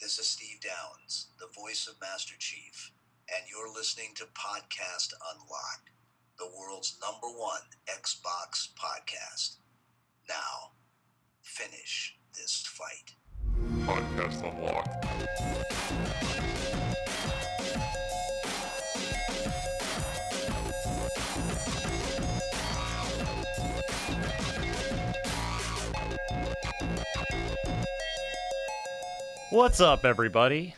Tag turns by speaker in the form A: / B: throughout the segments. A: This is Steve Downs, the voice of Master Chief, and you're listening to Podcast Unlocked, the world's number one Xbox podcast. Now, finish this fight.
B: Podcast Unlocked.
C: What's up, everybody?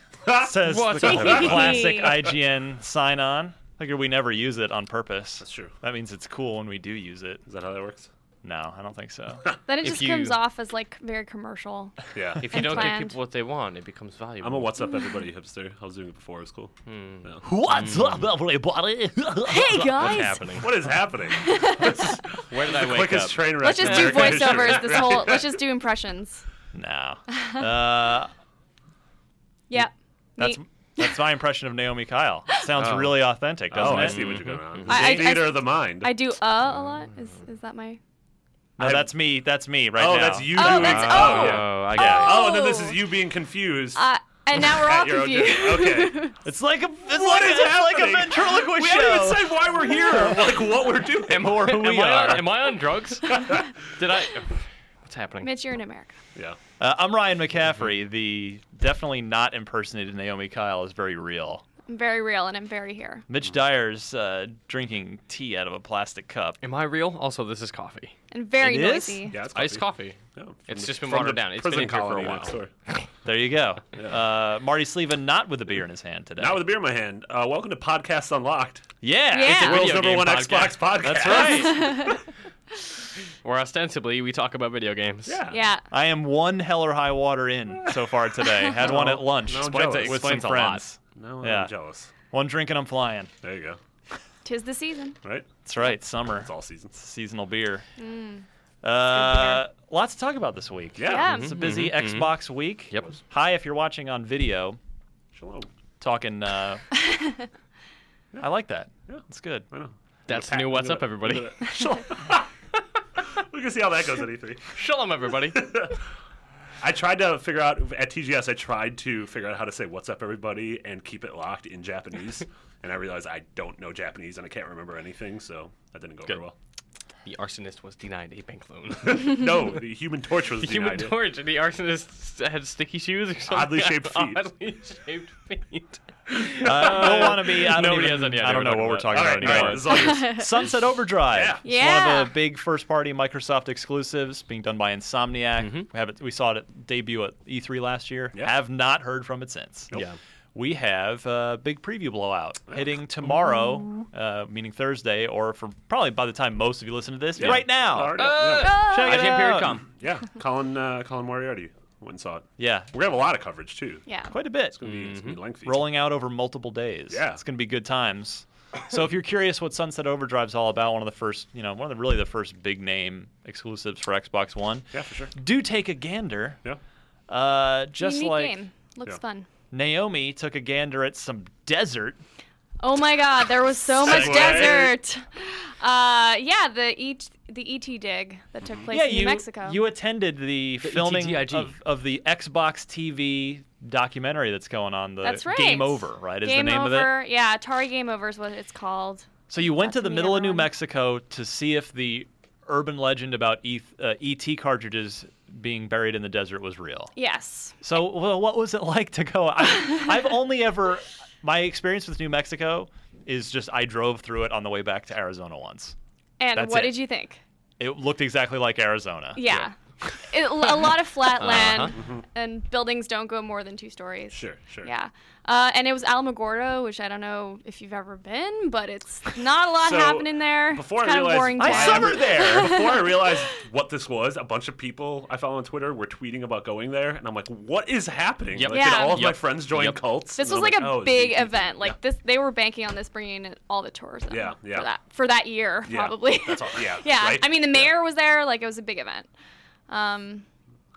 C: Says
D: What's
C: the
D: up?
C: classic IGN sign on. Figure we never use it on purpose.
D: That's true.
C: That means it's cool when we do use it.
D: Is that how that works?
C: No, I don't think so.
E: Then it
F: If
E: just comes
F: you-
E: off as like very commercial.
D: Yeah.
F: If you
E: And
F: don't
E: planned.
F: give people what they want, it becomes valuable.
D: I'm a what's up everybody hipster. I was doing it before. It was cool. No.
C: What's up, everybody?
E: Hey
F: What's
E: guys,
F: happening?
D: What is happening?
F: Where did I wake
D: Quickest
F: up?
D: train wreck.
E: let's just do
D: in American history.
E: voiceovers. This whole let's just do impressions.
C: no. Uh,
E: Yeah.
C: that's
E: Me-
C: that's my impression of Naomi Kyle. Sounds
F: Oh.
C: really authentic, doesn't
D: Oh, I
C: it?
D: see what you're going on.
E: I- I-
D: Theater
E: I-
D: of the mind.
E: I do uh a lot. Is is that my?
C: No, that's me. That's me right
D: oh,
C: now.
D: that's you.
E: Oh,
D: doing
E: that's-
D: it.
E: oh.
D: yeah.
F: Oh, I
D: Yeah.
F: got it.
D: Oh, and then this
E: Oh.
D: is you being confused.
E: Uh, and now we're all
D: at your own
E: confused.
D: dinner. Okay.
C: It's like a it's
D: What
C: like,
D: is
C: a- it's like a
D: happening?
C: ventriloquist
D: we
C: show.
D: haven't even said why we're here, like what we're doing.
F: Am, or who
C: we
F: am, I,
C: are.
F: on- am I on drugs? did I? What's happening?
E: Mitch, you're in America.
D: Yeah.
C: Uh, I'm Ryan McCaffrey. The definitely not impersonated Naomi Kyle is very real.
E: I'm very real and I'm very here.
C: Mitch Dyer's uh, drinking tea out of a plastic cup.
F: Am I real? Also, this is coffee.
E: And very
C: It is?
E: noisy.
D: Yeah. It's
F: Iced coffee.
D: Yeah, from
F: It's
D: the-
F: just been
D: from the
F: watered down. It's been
D: prison
F: in here for a
D: colony
F: while.
D: next door.
C: There you go. Uh, Marty Sleven not with a beer in his hand today.
D: Now with a beer in my hand. Uh, welcome to Podcast Unlocked.
C: yeah,
E: Yeah.
C: it's a
D: World's
C: video
D: number
C: game
D: one
C: podcast.
D: Xbox podcast.
C: That's right.
F: Where ostensibly we talk about video games.
D: Yeah.
E: Yeah.
C: I am one hell or high water in so far today. Had one at lunch
D: no,
C: with
D: jealous.
C: some
F: Explains a lot.
C: friends.
D: No,
C: Yeah.
D: I'm jealous.
C: One drink and I'm flying.
D: There you go.
E: Tis the season.
D: Right?
C: That's right, summer.
D: It's all seasons.
C: Seasonal beer.
E: Mm.
C: Uh, lots to talk about this week.
D: Yeah.
E: Yeah. Mm-hmm.
C: It's a busy Xbox week.
F: Yep.
C: Hi, if you're watching on video,
D: Shalom.
C: talking. Uh, I like that.
D: Yeah.
C: It's good.
D: I know.
F: That's the new what's up everybody.
D: Shalom. we can see how that goes at E3.
F: Shalom everybody.
D: I tried to figure out at TGS. I tried to figure out how to say "What's up, everybody" and keep it locked in Japanese, and I realized I don't know Japanese and I can't remember anything, so that didn't go
F: Good.
D: very well.
F: The arsonist was denied a bank loan.
D: No, the Human Torch was
F: The human
D: denied it.
F: torch and the arsonist had sticky shoes or something.
D: Oddly shaped feet. Uh,
F: Oddly shaped feet.
C: Uh, I don't want to be. I don't,
F: Nobody
C: even-
F: has any idea
C: I don't know what we're
F: what we're
C: talking
D: All
C: about
D: right, all right,
C: anymore.
D: this is all
C: Mm-hmm.
D: yours.
C: Sunset Overdrive.
D: Yeah.
C: It's one
E: Yeah.
C: of the big first-party Microsoft exclusives being done by Insomniac. We have it. We saw it at debut at E3 last year.
D: Mm-hmm. Yeah.
C: Have not heard from it since.
F: Yeah.
C: We have a big preview blowout hitting tomorrow, uh, meaning Thursday, or for probably by the time most of you listen to this,
D: Yeah.
C: right now.
D: All right, yeah.
C: Check
F: I
C: it
F: can't hear
C: out.
F: it come.
D: yeah, Colin, uh, Colin Moriarty went and saw it.
C: Yeah,
D: We're gonna have a lot of coverage too.
E: Yeah.
C: quite a bit.
D: It's gonna be, it's gonna be lengthy.
C: rolling out over multiple days.
D: Yeah.
C: it's gonna be good times. So if you're curious what Sunset Overdrive's all about, one of the first, you know, one of the really the first big name exclusives for Xbox One,
D: Yeah, for sure.
C: do take a gander.
D: Yeah.
C: Uh, just
E: Unique
C: like
E: game. Looks
D: Yeah.
E: fun.
C: Naomi took a gander at some desert
E: Oh my God, there was so much
D: Segway.
E: desert. Uh, yeah, the ET, the ET dig that took place
C: yeah,
E: in
C: you
E: New Mexico.
C: you attended the, filming
F: ETTIG.
C: of, of the Xbox TV documentary that's going on. The
E: That's right.
C: Game Over, right? Is
E: Game
C: the name of it.
E: over. Yeah, Atari Game Over is what it's called.
C: So you went
E: Got
C: to the
E: to meet
C: middle of New
E: everyone.
C: Mexico to see if the urban legend about ETH, uh, ET cartridges being buried in the desert was real.
E: Yes.
C: So, well, what was it like to go? I, I've only ever my experience with New Mexico is just I drove through it on the way back to Arizona once.
E: And
C: That's
E: what
C: it.
E: did you think?
C: It looked exactly like Arizona.
E: Yeah. It- a lot of
C: Uh-huh.
E: flat land, and buildings don't go more than two stories.
D: Sure, sure.
E: Yeah. Uh, and it was Alamogordo, which I don't know if you've ever been, but it's not a lot
D: So,
E: happening there.
D: Before
E: it's
D: I
E: kind
D: realized,
E: of boring.
C: I
E: town.
D: why
C: summered
D: every-
C: there.
D: Before I realized what this was, a bunch of people I follow on Twitter were tweeting about going there, and I'm like, "What is happening?"
F: Yep.
D: Like, Did
E: Yeah.
D: all of my
F: Yep.
D: friends join
F: Yep.
D: cults?
E: This
D: And
E: was
D: I'm
E: like, a
D: "Oh, it's
E: big
D: ET."
E: event. Like this, they were banking on this bringing in all the tourism.
D: Yeah, yeah.
E: For that, for that year,
D: Yeah,
E: probably.
D: That's all. Yeah.
E: yeah.
D: right?
E: I mean, the
D: Yeah.
E: mayor was there. Like it was a big event. Um,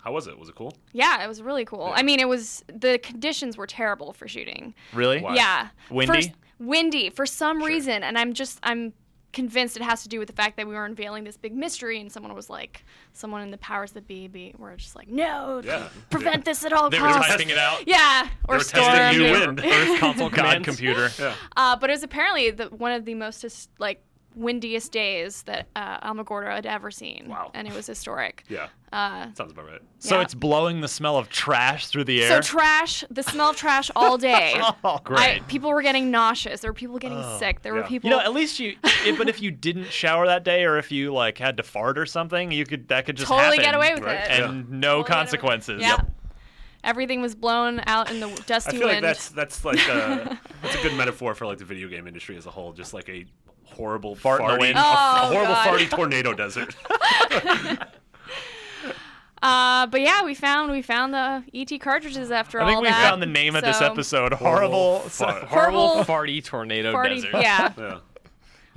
D: How was it? Was it cool?
E: yeah, it was really cool. I mean, it was the conditions were terrible for shooting.
C: Really?
D: Why?
E: Yeah.
C: Windy?
E: First- windy for some reason, and I'm just I'm convinced it has to do with the fact that we were unveiling this big mystery, and someone was like, someone in the powers that be, be were just like, no,
D: Yeah.
E: prevent this at all
F: They were
E: costs.
F: typing it out.
E: Yeah,
D: They
E: or
D: were
E: storm.
D: testing new wind.
C: Earth console command
F: commands.
C: computer.
E: Uh, but it was apparently the, one of the most his- like windiest days that uh, Alamogordo had ever seen.
D: Wow.
E: And it was historic.
D: Yeah.
E: Uh,
D: Sounds about right.
C: So
E: Yeah.
C: it's blowing the smell of trash through the
E: so
C: air.
E: trash, the smell of trash all day.
C: oh,
E: I,
C: great. Oh,
E: people were getting nauseous. There were people getting sick. There
D: yeah.
E: were people.
C: you know, at least you. It, but if you didn't shower that day, or if you like had to fart or something, you could that could just
E: Totally
C: happen,
E: get away with
D: right?
E: it.
C: and no
E: Totally get away-
C: consequences.
E: Yeah. Everything was blown out in the w-
D: I
E: dusty
D: feel like
E: wind.
D: that's that's like a, that's a good metaphor for like the video game industry as a whole. Just like a horrible
C: Fart in the
D: farty-
C: wind.
D: a, a
E: Oh,
D: horrible
E: God.
D: farty tornado desert.
E: uh, but yeah, we found we found the ET cartridges after
C: I
E: all
C: think we
E: that.
C: found the name of this
E: so-
C: episode.
D: Horrible
C: Horrible,
D: fart.
F: Horrible
E: Horrible-
F: farty tornado
E: Party,
F: desert.
E: yeah.
D: yeah.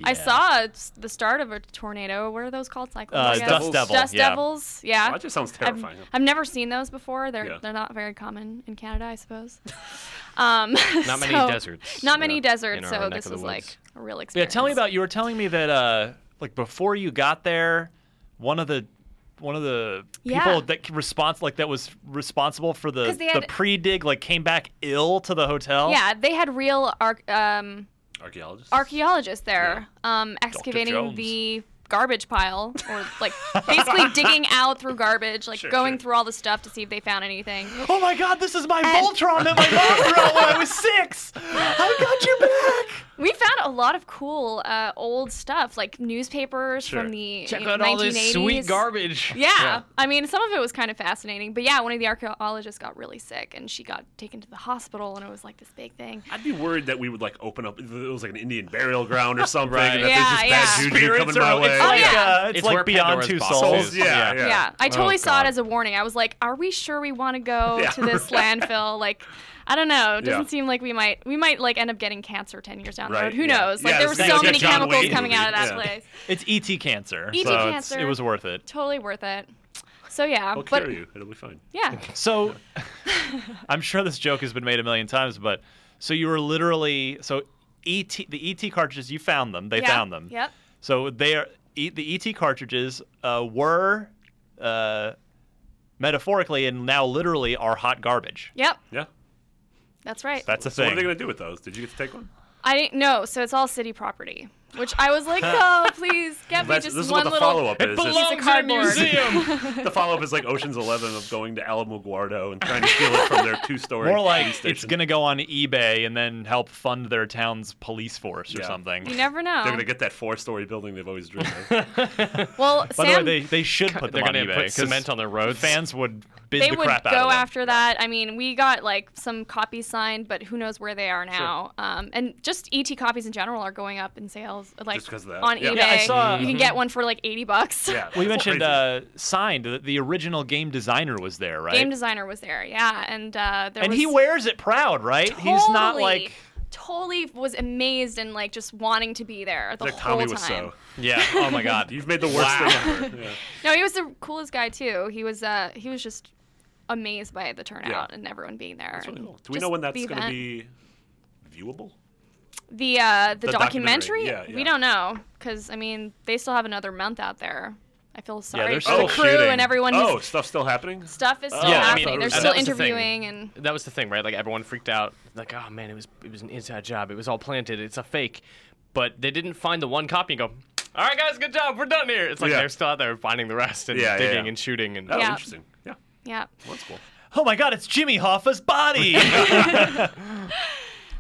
E: I saw it's the start of a tornado. What are those called? Cyclones?
C: Uh,
E: I guess?
C: Dust Devil,
E: Dust
C: yeah.
E: devils. Yeah.
D: Wow, that just sounds
E: I've,
D: terrifying.
E: I've never seen those before. They're
D: Yeah.
E: they're not very common in Canada, I suppose. Um,
F: Not many
E: so-
F: deserts.
E: Not many
F: yeah, in
E: deserts.
F: our
E: So
F: neck
E: this
F: of the
E: was like
F: woods.
E: a real
C: Yeah,
E: experience.
C: tell me about. You were telling me that uh, like before you got there, one of the one of the people
E: Yeah.
C: that respons like that was responsible for the
E: 'Cause they
C: the
E: had-
C: pre dig like came back ill to the hotel.
E: Yeah, they had real arc, um,
D: Archaeologist.
E: archaeologists there um, excavating
C: Jones.
E: the garbage pile or like basically digging out through garbage, like
D: Sure,
E: going
D: sure.
E: through all the stuff to see if they found anything.
C: Oh my God! This is my
E: And-
C: Voltron that my mom brought when I was six. I got you back.
E: We found a lot of cool uh, old stuff, like newspapers from the
F: Check
E: you know,
F: out all this
E: 1980s.
F: sweet garbage.
E: Yeah. I mean, some of it was kind of fascinating, but yeah, one of the archaeologists got really sick, and she got taken to the hospital, and it was like this big thing.
D: I'd be worried that we would like open up. It was like an Indian burial ground or something.
F: Right.
D: And that
E: Yeah,
D: there's just bad juju coming
C: Spirits are-
D: my way.
C: It's like,
E: Oh, yeah.
C: uh, it's
F: It's
C: like
F: where
C: beyond
F: Pandora's
C: two
F: box
C: souls.
F: is.
D: Yeah,
E: Yeah.
D: yeah.
E: I totally
F: Oh,
E: saw it
F: God.
E: as a warning. I was like, "Are we sure we want to go
D: Yeah.
E: to this landfill?" Like, I don't know. It doesn't
D: Yeah.
E: seem like we might. We might like end up getting cancer ten years down the
D: Right,
E: road. Who
D: yeah.
E: knows? Like,
D: Yeah,
E: there
D: this
E: were
D: is
E: so
D: like
E: many
D: a John
E: chemicals
D: Wayne
E: coming out of that
D: movie. Yeah.
E: place.
C: It's ET cancer.
E: ET
C: so it's-
E: E cancer.
C: It was worth it.
E: Totally worth it. So yeah,
D: I'll
E: but
D: cure you. It'll be fine.
E: yeah,
C: So I'm sure this joke has been made a million times, but so you were literally so ET the ET cartridges you found them. They
E: Yeah.
C: found them.
E: Yep.
C: So they are e, the ET cartridges uh, were uh, metaphorically and now literally are hot garbage.
E: Yep.
D: Yeah.
E: That's right.
C: That's a
D: So what are
C: thing.
D: they gonna do with those? Did you get to take one?
E: I didn't know. So it's all city property, which I was like, "Oh, please get me
D: That's,
E: just
D: this is what
E: one
D: the
E: little."
D: follow-up is. It's-
E: belongs in a cardboard.
F: museum.
D: the follow-up is like Ocean's Eleven of going to Alamogordo and trying to steal it from their two-story.
C: More like
D: police
C: it's
D: station.
C: gonna go on eBay and then help fund their town's police force or
D: Yeah.
C: something.
E: You never know.
D: They're gonna get that four-story building they've always dreamed of.
E: well,
C: By
E: Sam,
C: the way, they, they should put
F: They're
C: them on
F: gonna
C: eBay.
F: put
C: 'cause
F: cement on their roads.
C: Fans would bid
E: they
C: the
E: would
C: crap out of
E: go
C: them.
E: after that. I mean, we got like some copies signed, but who knows where they are now. Um, and just ET copies in general are going up in sales, like
D: Just 'cause of that.
E: on
D: Yeah.
E: eBay.
D: Yeah,
C: I saw-
E: you can get one for like eighty bucks.
D: Yeah.
C: We
D: that's
C: mentioned
D: crazy.
C: uh, signed. The, the original game designer was there, right?
E: Game designer was there, yeah, and uh, there
C: and
E: was
C: he wears it proud, right? He's not
E: totally-
C: like
E: totally was amazed and like just wanting to be there
C: uh,
E: the
D: like
E: whole
D: Tommy
E: time.
D: was so.
C: yeah. Oh my god.
D: You've made the worst thing ever. Yeah.
E: No, he was the coolest guy too. He was uh he was just amazed by the turnout
D: Yeah.
E: and everyone being there.
D: That's really
E: and
D: cool. Do we
E: just
D: know when that's
E: the
D: gonna
E: event.
D: be viewable?
E: the uh, the,
D: The documentary,
E: documentary.
D: yeah,
E: We
D: yeah.
E: don't know because I mean they still have another month out there. I feel sorry
C: they're
E: for the
C: still
E: crew and
C: shooting.
E: everyone whose
D: Oh, stuff's still happening.
E: stuff is still
F: yeah, I
E: happening.
F: mean,
E: They're
F: and
E: still
F: that was the thing.
E: interviewing and
F: That was the thing, right? Like everyone freaked out. Like, oh man, it was it was an inside job. It was all planted. It's a fake. But they didn't find the one copy and go, all right, guys, good job. We're done here. It's like
D: Yeah.
F: they're still out there finding the rest and
D: Yeah, yeah,
F: digging
D: yeah.
F: and shooting and.
D: Oh,
E: Yeah.
D: interesting. Yeah,
E: yeah.
D: well, that's cool.
C: Oh my God, it's Jimmy Hoffa's body.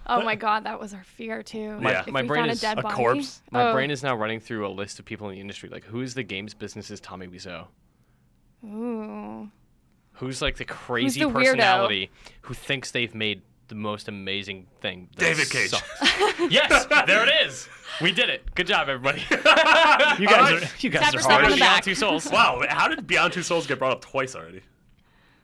E: Oh my god, that was our fear too.
D: My-
E: If
F: My
E: we
F: brain
E: found
F: is
E: a, dead body.
F: corpse. My
E: Oh.
F: brain is now running through a list of people in the industry. Like, who is the games business's Tommy Wiseau?
E: Ooh.
F: Who's like the crazy
E: the weirdo?
F: personality who thinks they've made the most amazing thing? that
D: David Cage.
F: sucks? yes, there it is. We did it. Good job, everybody.
C: you
D: All
C: guys
D: right.
C: are you
E: Tap
C: guys are
E: yourself on
C: hard.
E: the
F: Beyond
E: back.
F: Two Souls.
D: Wow, how did Beyond Two Souls get brought up twice already?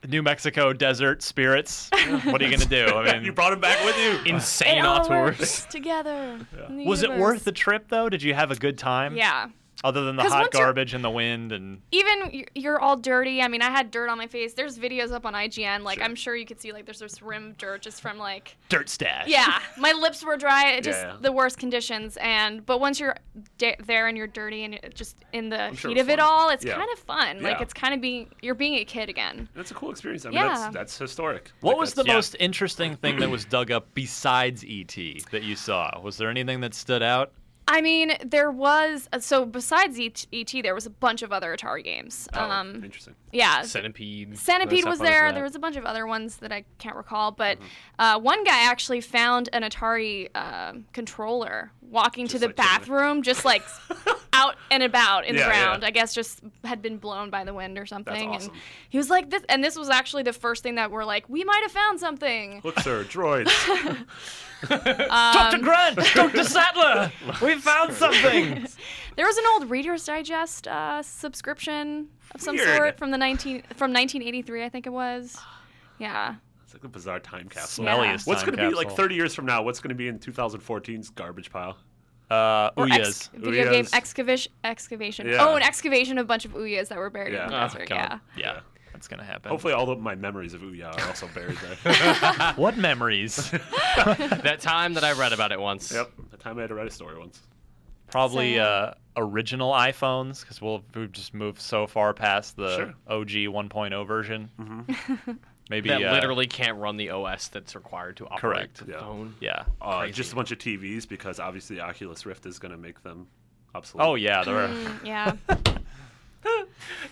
C: New Mexico desert spirits. What are you gonna do? I
D: You
C: mean,
D: brought him back with you.
F: Insane
E: It all
F: auteurs.
E: works together. in the
C: was it worth
E: universe.
C: the trip though? Did you have a good time?
E: Yeah.
C: Other than the
E: 'Cause
C: hot
E: once you're-
C: garbage and the wind and
E: Even y- you're all dirty. I mean, I had dirt on my face. There's videos up on IGN. Like, I'm sure you could see, like, there's this rim of dirt just from, like,
C: dirt stash.
E: yeah, my lips were dry. It just
D: Yeah.
E: the worst conditions. And but once you're da- there and you're dirty and it just in the
D: sure
E: heat
D: it's
E: of it
D: fun.
E: all, it's
D: Yeah.
E: kind of fun. Like
D: Yeah.
E: it's kind of being you're being a kid again.
D: That's a cool experience. I mean,
E: Yeah.
D: that's that's historic.
C: What
D: Like,
C: was the
D: that's-
C: most interesting thing that was dug up besides ET that you saw? Was there anything that stood out?
E: I mean, there was uh, so besides E ET, ET there was a bunch of other Atari games.
D: Oh,
E: um,
D: interesting.
E: yeah,
F: Centipede.
E: Centipede
F: That
E: was
F: stuff I
E: there.
F: at.
E: There was a bunch of other ones that I can't recall, but
D: Mm-hmm.
E: uh, one guy actually found an Atari um controller walking to
D: Just
E: the
D: like chilling.
E: bathroom, just like out and about in the
D: Yeah, yeah.
E: ground. I guess just had been blown by the wind or something.
D: awesome.
E: And he was like, "This," and this was actually the first thing that we're like, "We might have found something."
D: Look, sir, droids.
C: Dr. Grant! Dr. Sattler! We found something!
E: There was an old Reader's Digest uh, subscription of some
D: Weird.
E: sort from the 19 from 1983, I think it was. Yeah.
D: It's like a bizarre time capsule.
E: Smelliest
D: What's
C: time
D: going to be like
C: capsule.
D: 30 years from now? What's going to be in 2014's garbage pile?
C: Uh,
E: Or
C: Uyas.
E: ex- video
D: Uyas.
E: game excavation. excavation.
D: Yeah.
E: Oh, an excavation of a bunch of Uyas that were buried in the
D: Yeah. Oh,
E: desert.
F: God.
E: yeah.
C: yeah, that's gonna happen.
D: Hopefully, all of my memories of Ouya are also buried there.
C: What memories?
F: that time that I read about it once.
D: yep. The time I had to write a story once.
C: Probably
E: So-
C: uh, original iPhones, because we'll, we've just moved so far past the
D: Sure.
C: OG 1.0 version. Mm-hmm. Maybe.
F: That
C: uh,
F: literally can't run the OS that's required to operate
C: Correct,
F: the
D: yeah.
F: phone.
C: Yeah.
D: Uh,
F: Crazy.
D: just a bunch of TVs because obviously the Oculus Rift is going to make them obsolete.
C: Oh, yeah, there are.
E: Mm, yeah.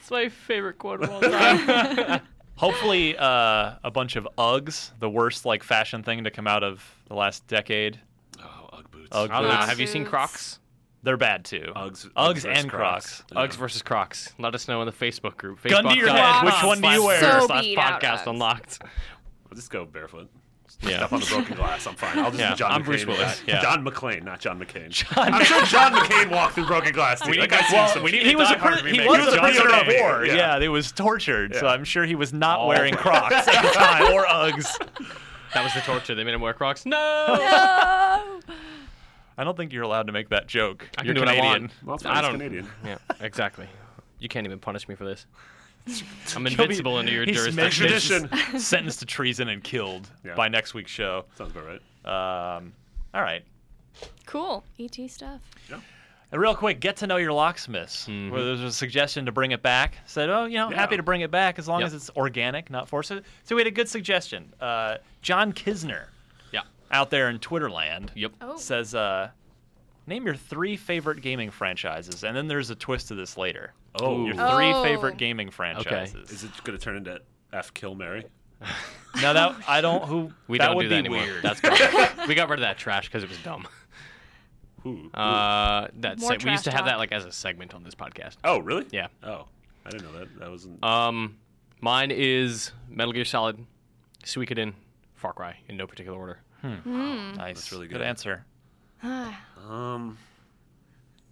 F: It's my favorite quote of all time.
C: Hopefully, uh, a bunch of Uggs, the worst like fashion thing to come out of the last decade.
D: Oh, Ugg boots.
C: Ugg
F: I don't know.
C: boots.
F: Have you seen
E: Boots.
F: Crocs?
C: They're bad too.
D: Uggs- Uggs
C: Uggs
D: versus
C: and
D: Crocs.
C: Crocs.
D: Yeah.
F: Uggs versus Crocs. Let us know in the Facebook group.
C: Gun to your head,
F: Facebook.com
E: which one do you
F: slash
C: wear?
E: So
F: slash
E: beat out Uggs.
F: podcast unlocked.
D: I'll just go barefoot.
F: Yeah.
D: Step on the broken glass. I'm fine. I'll just
C: Yeah,
D: be John
C: I'm
D: McCain.
C: Bruce Willis,
D: guy.
C: yeah.
D: John McClane, not John McCain. I'm sure John McCain walked through broken glass. Too.
F: We
D: That
F: need
D: guy's
F: to-
D: seen
F: well,
D: some-
F: we need
C: he
F: to
C: was
F: Die
C: a
F: Hard
C: pri- he
F: remake.
C: was
D: John
C: a prisoner of
D: McCain,
C: war.
D: yeah.
C: Yeah. he was tortured, so
D: Yeah.
C: I'm sure he was not
F: Oh.
C: wearing Crocs at the time or Uggs.
F: That was the torture. They made him wear Crocs. No.
E: Oh.
C: I don't think you're allowed to make that joke.
F: I can
C: you're
F: do what I
C: Canadian.
F: want.
D: Well, that's fine,
F: I
D: he's
F: don't.
D: Canadian.
F: Yeah, exactly. You can't even punish me for this. I'm
C: He'll be-
F: invincible into your
C: he's
F: jurisdiction.
C: measured-
D: Tradition.
C: sentenced to treason and killed
D: Yeah.
C: by next week's show.
D: Sounds about right.
C: Um, all right.
E: Cool. ET stuff.
C: And real quick, get to know your locksmiths. Where there was a suggestion to bring it back. Said, oh, you know,
D: Yeah.
C: happy to bring it back as long
F: Yep.
C: as it's organic, not forced. So we had a good suggestion. Uh, John Kisner
F: Yeah.
C: out there in Twitterland
F: Yep.
E: Oh.
C: says, uh, name your three favorite gaming franchises. And then there's a twist to this later.
D: Oh.
C: Your three
E: Oh.
C: favorite gaming franchises.
D: Is it going to turn into F Kill Mary?
C: Now that I don't who
F: We
C: that
F: don't
C: would
F: do that
C: be
F: anymore.
C: weird.
F: That's bad. we got rid of that trash because it was dumb.
D: Ooh.
F: Uh, that's
E: More
F: it. We used to
E: trash
F: have that
E: talk.
F: like as a segment on this podcast.
D: oh, really?
F: Yeah.
D: Oh, I didn't know that. That wasn't.
F: Um, mine is Metal Gear Solid, Suikoden, Far Cry, in no particular order.
C: nice.
D: That's really
C: good
D: good.
C: answer.
D: Um,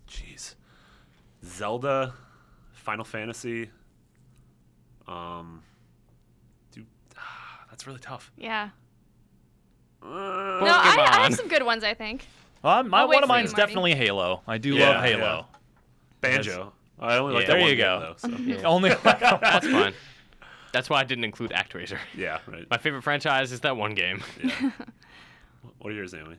D: jeez, Zelda, Final Fantasy. Um, dude, ah, that's really tough.
E: Yeah.
D: Uh,
E: No, I, I have
F: Pokemon.
E: some good ones, I think.
C: Well, I'm- my,
E: I'll wait
C: one of
E: for you,
C: mine's
E: Marty.
C: definitely Halo. I do
D: Yeah,
C: love Halo.
D: banjo. Oh, I only like
F: Yeah.
D: that
F: There
D: one
C: you
D: game,
C: go.
D: Though, so.
C: Only
F: That's fine. That's why I didn't include Actraiser.
D: yeah, right.
F: My favorite franchise is that one game.
D: What are yours, Naomi?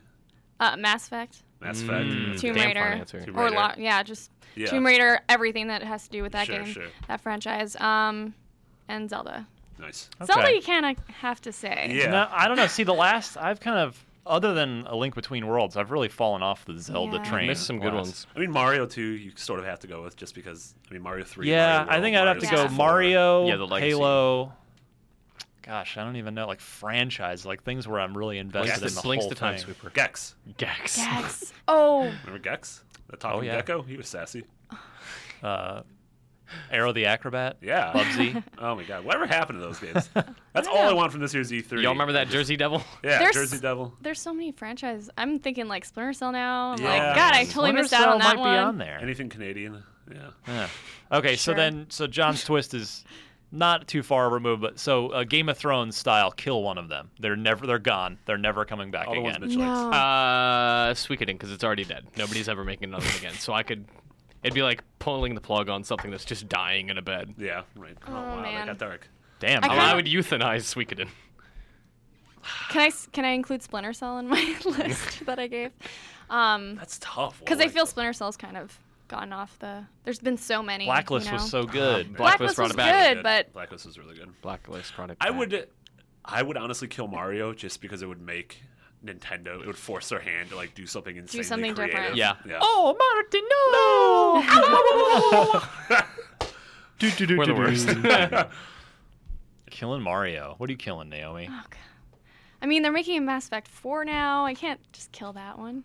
E: Uh, Uh, Mass Effect,
D: Mass Effect.
E: Tomb
F: Damn
E: Raider,
F: fun answer.
D: Tomb
E: or
D: Raider.
E: lo- yeah, just
D: Yeah.
E: Tomb Raider, everything that has to do with that
D: Sure,
E: game,
D: sure.
E: that franchise, um, and Zelda.
D: Nice.
E: Zelda,
C: Okay.
E: you kind of have to say.
D: Yeah.
C: No, I don't know. See, the last I've kind of, other than A Link Between Worlds, I've really fallen off the Zelda
E: Yeah.
C: train.
F: Missed some good
C: last.
F: ones.
D: I mean, Mario 2, you sort of have to go with just because, I mean, Mario 3.
C: Yeah,
D: Mario
C: I
D: World,
C: think I'd have to
D: Mario
C: go
D: 64.
C: Mario,
F: Yeah, the legacy.
C: Halo. Gosh, I don't even know like franchise, like things where I'm really invested in
F: Blinks the,
C: the
F: Blinks
C: whole
F: the time
C: thing.
F: sweeper.
D: Gex.
F: Gex.
E: Gex. Oh,
D: Remember Gex? The talking
C: Oh, yeah.
D: gecko? He was sassy.
C: Uh, Arrow the Acrobat.
D: Yeah.
C: Bubsy.
D: Oh my god, whatever happened to those games? That's all I want from this year's E3.
F: Y'all remember that Jersey Devil?
D: Yeah,
E: There's-
D: Jersey Devil.
E: there's so many franchises. I'm thinking like Splinter Cell now. I'm
D: Yeah.
E: like, God, I totally
C: Splinter
E: missed out
C: Cell
E: on that
C: might
E: one.
C: be on there.
D: Anything Canadian? Yeah.
C: Yeah. Okay, so
E: Sure.
C: then, so John's twist is not too far removed, but so uh, Game of Thrones style, kill one of them. They're never, they're gone. They're never coming back
D: All the ones
C: again.
D: Mitch likes.
E: No.
F: Uh, Suikoden, because it's already dead. Nobody's ever making another one again. So I could, it'd be like pulling the plug on something that's just dying in a bed.
D: Yeah, right. Oh,
E: Oh,
D: wow,
E: man.
D: that got dark.
C: Damn.
E: I
F: I,
C: dude.
E: kinda-
F: would euthanize Suikoden.
E: Can I s- can I include Splinter Cell in my list that I gave? Um,
D: That's tough.
E: because I
D: Warwick.
E: feel Splinter Cell's kind of gotten off the. There's been so many. you
C: Blacklist was
E: know?
C: so good.
F: man. Blacklist
E: Blacklist,
F: brought
E: was
F: it back.
E: good, but
D: Blacklist was really good.
F: Blacklist product.
D: I would, I would honestly kill Mario just because it would make Nintendo. It would force their hand to like do something insanely
E: something different.
D: creative.
F: Yeah.
D: Yeah.
C: Oh, Martin, no!
F: We're the worst.
C: killing Mario. What are you killing, Naomi?
E: Oh, God. I mean, they're making a Mass Effect 4 now. I can't just kill that one.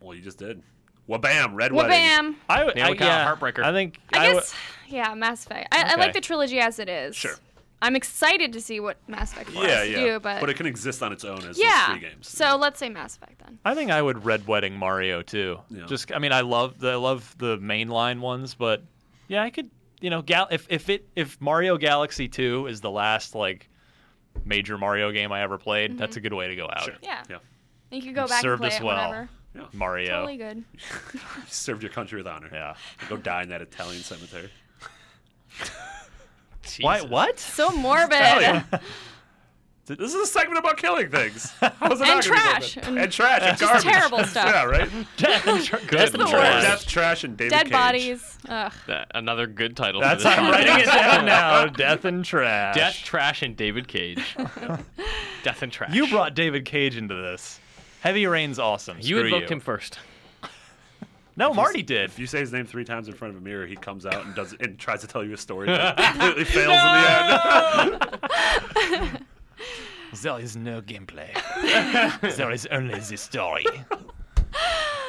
D: Well, you just did. Wabam! Red
E: Well,
D: Wedding.
E: bam.
C: I, would-
F: Nail
C: I-
F: account, Heartbreaker.
C: I think
E: I
C: I
E: guess, yeah, Mass Effect. I, I
C: Okay.
E: like the trilogy as it is.
D: Sure.
E: I'm excited to see what Mass Effect 4
D: Yeah,
E: has
D: yeah.
E: to do, but,
D: it can exist on its own as those
E: yeah.
D: three games.
E: So let's say Mass Effect then.
C: I think I would red wedding Mario too.
D: Yeah.
C: Just I mean I love the I love the mainline ones, but yeah, I could you know gal- if if it if Mario Galaxy 2 is the last like major Mario game I ever played,
E: Mm-hmm.
C: that's a good way to go out.
D: Sure.
E: Yeah.
D: Yeah.
E: You could go
C: You've
E: back
C: served
E: and play
C: us
E: it
C: well.
E: whenever.
D: Yeah.
C: Mario.
E: Totally good.
D: You served your country with honor.
C: Yeah.
D: Go die in that Italian cemetery.
C: Why what?
E: So
C: Oh,
E: morbid.
D: Italian. This is a segment about killing things. How's it not
E: And
D: gonna be
E: trash.
D: morbid? And trash. And
E: Just
D: garbage.
E: terrible stuff.
D: Yeah, right?
C: good. That's
E: the worst.
D: Death, trash, and David
E: Dead
D: Cage.
E: bodies. Ugh.
F: That- another good title. for
C: That's
F: this
C: I'm writing it down now. Death and trash.
F: Death, Trash, and David Cage. Death and Trash.
C: You brought David Cage into this. Heavy Rain's awesome.
F: You
C: Screw
F: invoked him first.
C: No, Marty did.
D: If you say his name three times in front of a mirror, he comes out and does and tries to tell you a story that completely fails in the end.
C: There is no gameplay. there is only the story.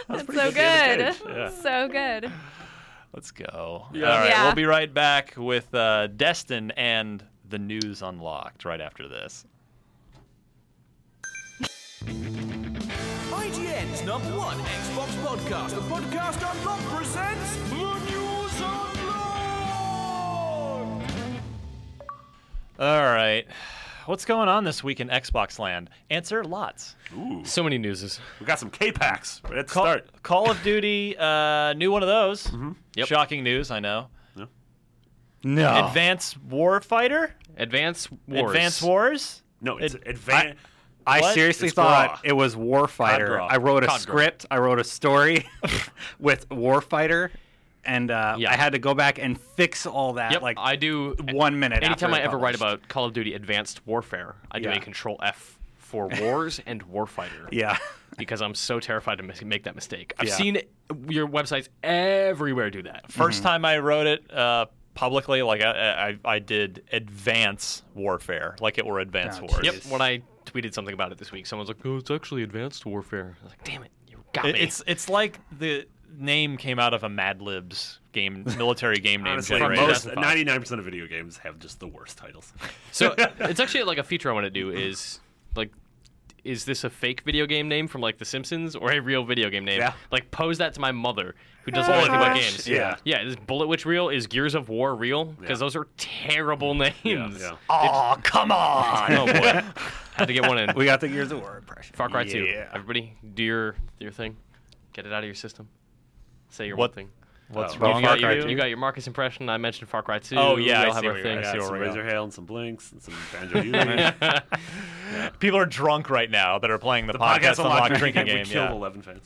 E: That's so
D: David
E: good. So good.
C: Let's go.
D: Yeah.
C: All right,
E: Yeah.
C: we'll be right back with uh, Destin and the news unlocked right after this.
G: IGN's number one Xbox podcast, the podcast unlocked presents the news unlocked.
C: All right. What's going on this week in Xbox land? Answer lots.
F: So many newses.
D: We got some K packs right at the
C: Call,
D: start.
C: Call of Duty, uh, new one of those.
F: Yep.
C: Shocking news, I know.
F: No.
C: Advanced Warfighter?
F: Advance Wars.
C: Advanced Ah. Wars?
D: No, it's advanced.
H: I
C: What?
H: seriously
D: It's
H: thought
D: Grah.
H: it was Warfighter.
D: Grah.
H: I wrote a
F: Cod Grah.
H: script. I wrote a story with Warfighter, and uh,
F: Yeah.
H: I had to go back and fix all that.
F: Yep.
H: like
F: I do.
H: one minute. after
F: Anytime I
H: it
F: ever write
H: published.
F: about Call of Duty Advanced Warfare, I do
H: Yeah.
F: a Control F for Wars and Warfighter.
H: yeah,
F: Because I'm so terrified to mis- make that mistake. I've
H: Yeah.
F: seen your websites everywhere do that.
C: 1st time I wrote it uh, publicly, like I, I, I did Advance Warfare, like it were Advanced
H: Oh,
C: Wars.
F: Yep. When I tweeted something about it this week, someone's like, "Oh, it's actually Advanced Warfare." I was like, "Damn it, you got
C: It-
F: me."
C: it's it's like the name came out of a Mad Libs game, military game name
D: Honestly,
C: generator.
D: most
F: That's
D: ninety nine percent of video games have just the worst titles.
F: So it's actually like a feature I want to do is like, is this a fake video game name from like The Simpsons or a real video game name?
D: Yeah.
F: Like pose that to my mother who doesn't know
D: Bullet
F: anything about
D: Witch,
F: games.
D: yeah.
F: Yeah. Is Bullet Witch real? Is Gears of War real? Because
D: Yeah.
F: those are terrible names.
D: Yeah, yeah.
C: Oh come on!
F: Oh boy. Had to get one in.
H: we got the Gears of War impression.
F: Far Cry Two.
H: Yeah.
F: Everybody, do your do your thing. Get it out of your system. Say your
C: What-
F: one thing.
C: What's wrong
F: you got,
C: with
F: your,
C: you?
F: you got your Marcus impression. I mentioned Far Cry 2.
C: Oh, yeah,
F: we
C: I
F: all have
C: see
F: our
C: what you're-
F: thing.
C: I see
D: Got
C: what
D: some
C: we're
D: Razor
C: going.
D: Hail and some Blinks and some Banjo Yooey. Yeah.
C: People are drunk right now that are playing the,
D: The podcast
C: unlock
D: unlocked
C: drinking game.
D: We killed
C: yeah.
D: 11 fans.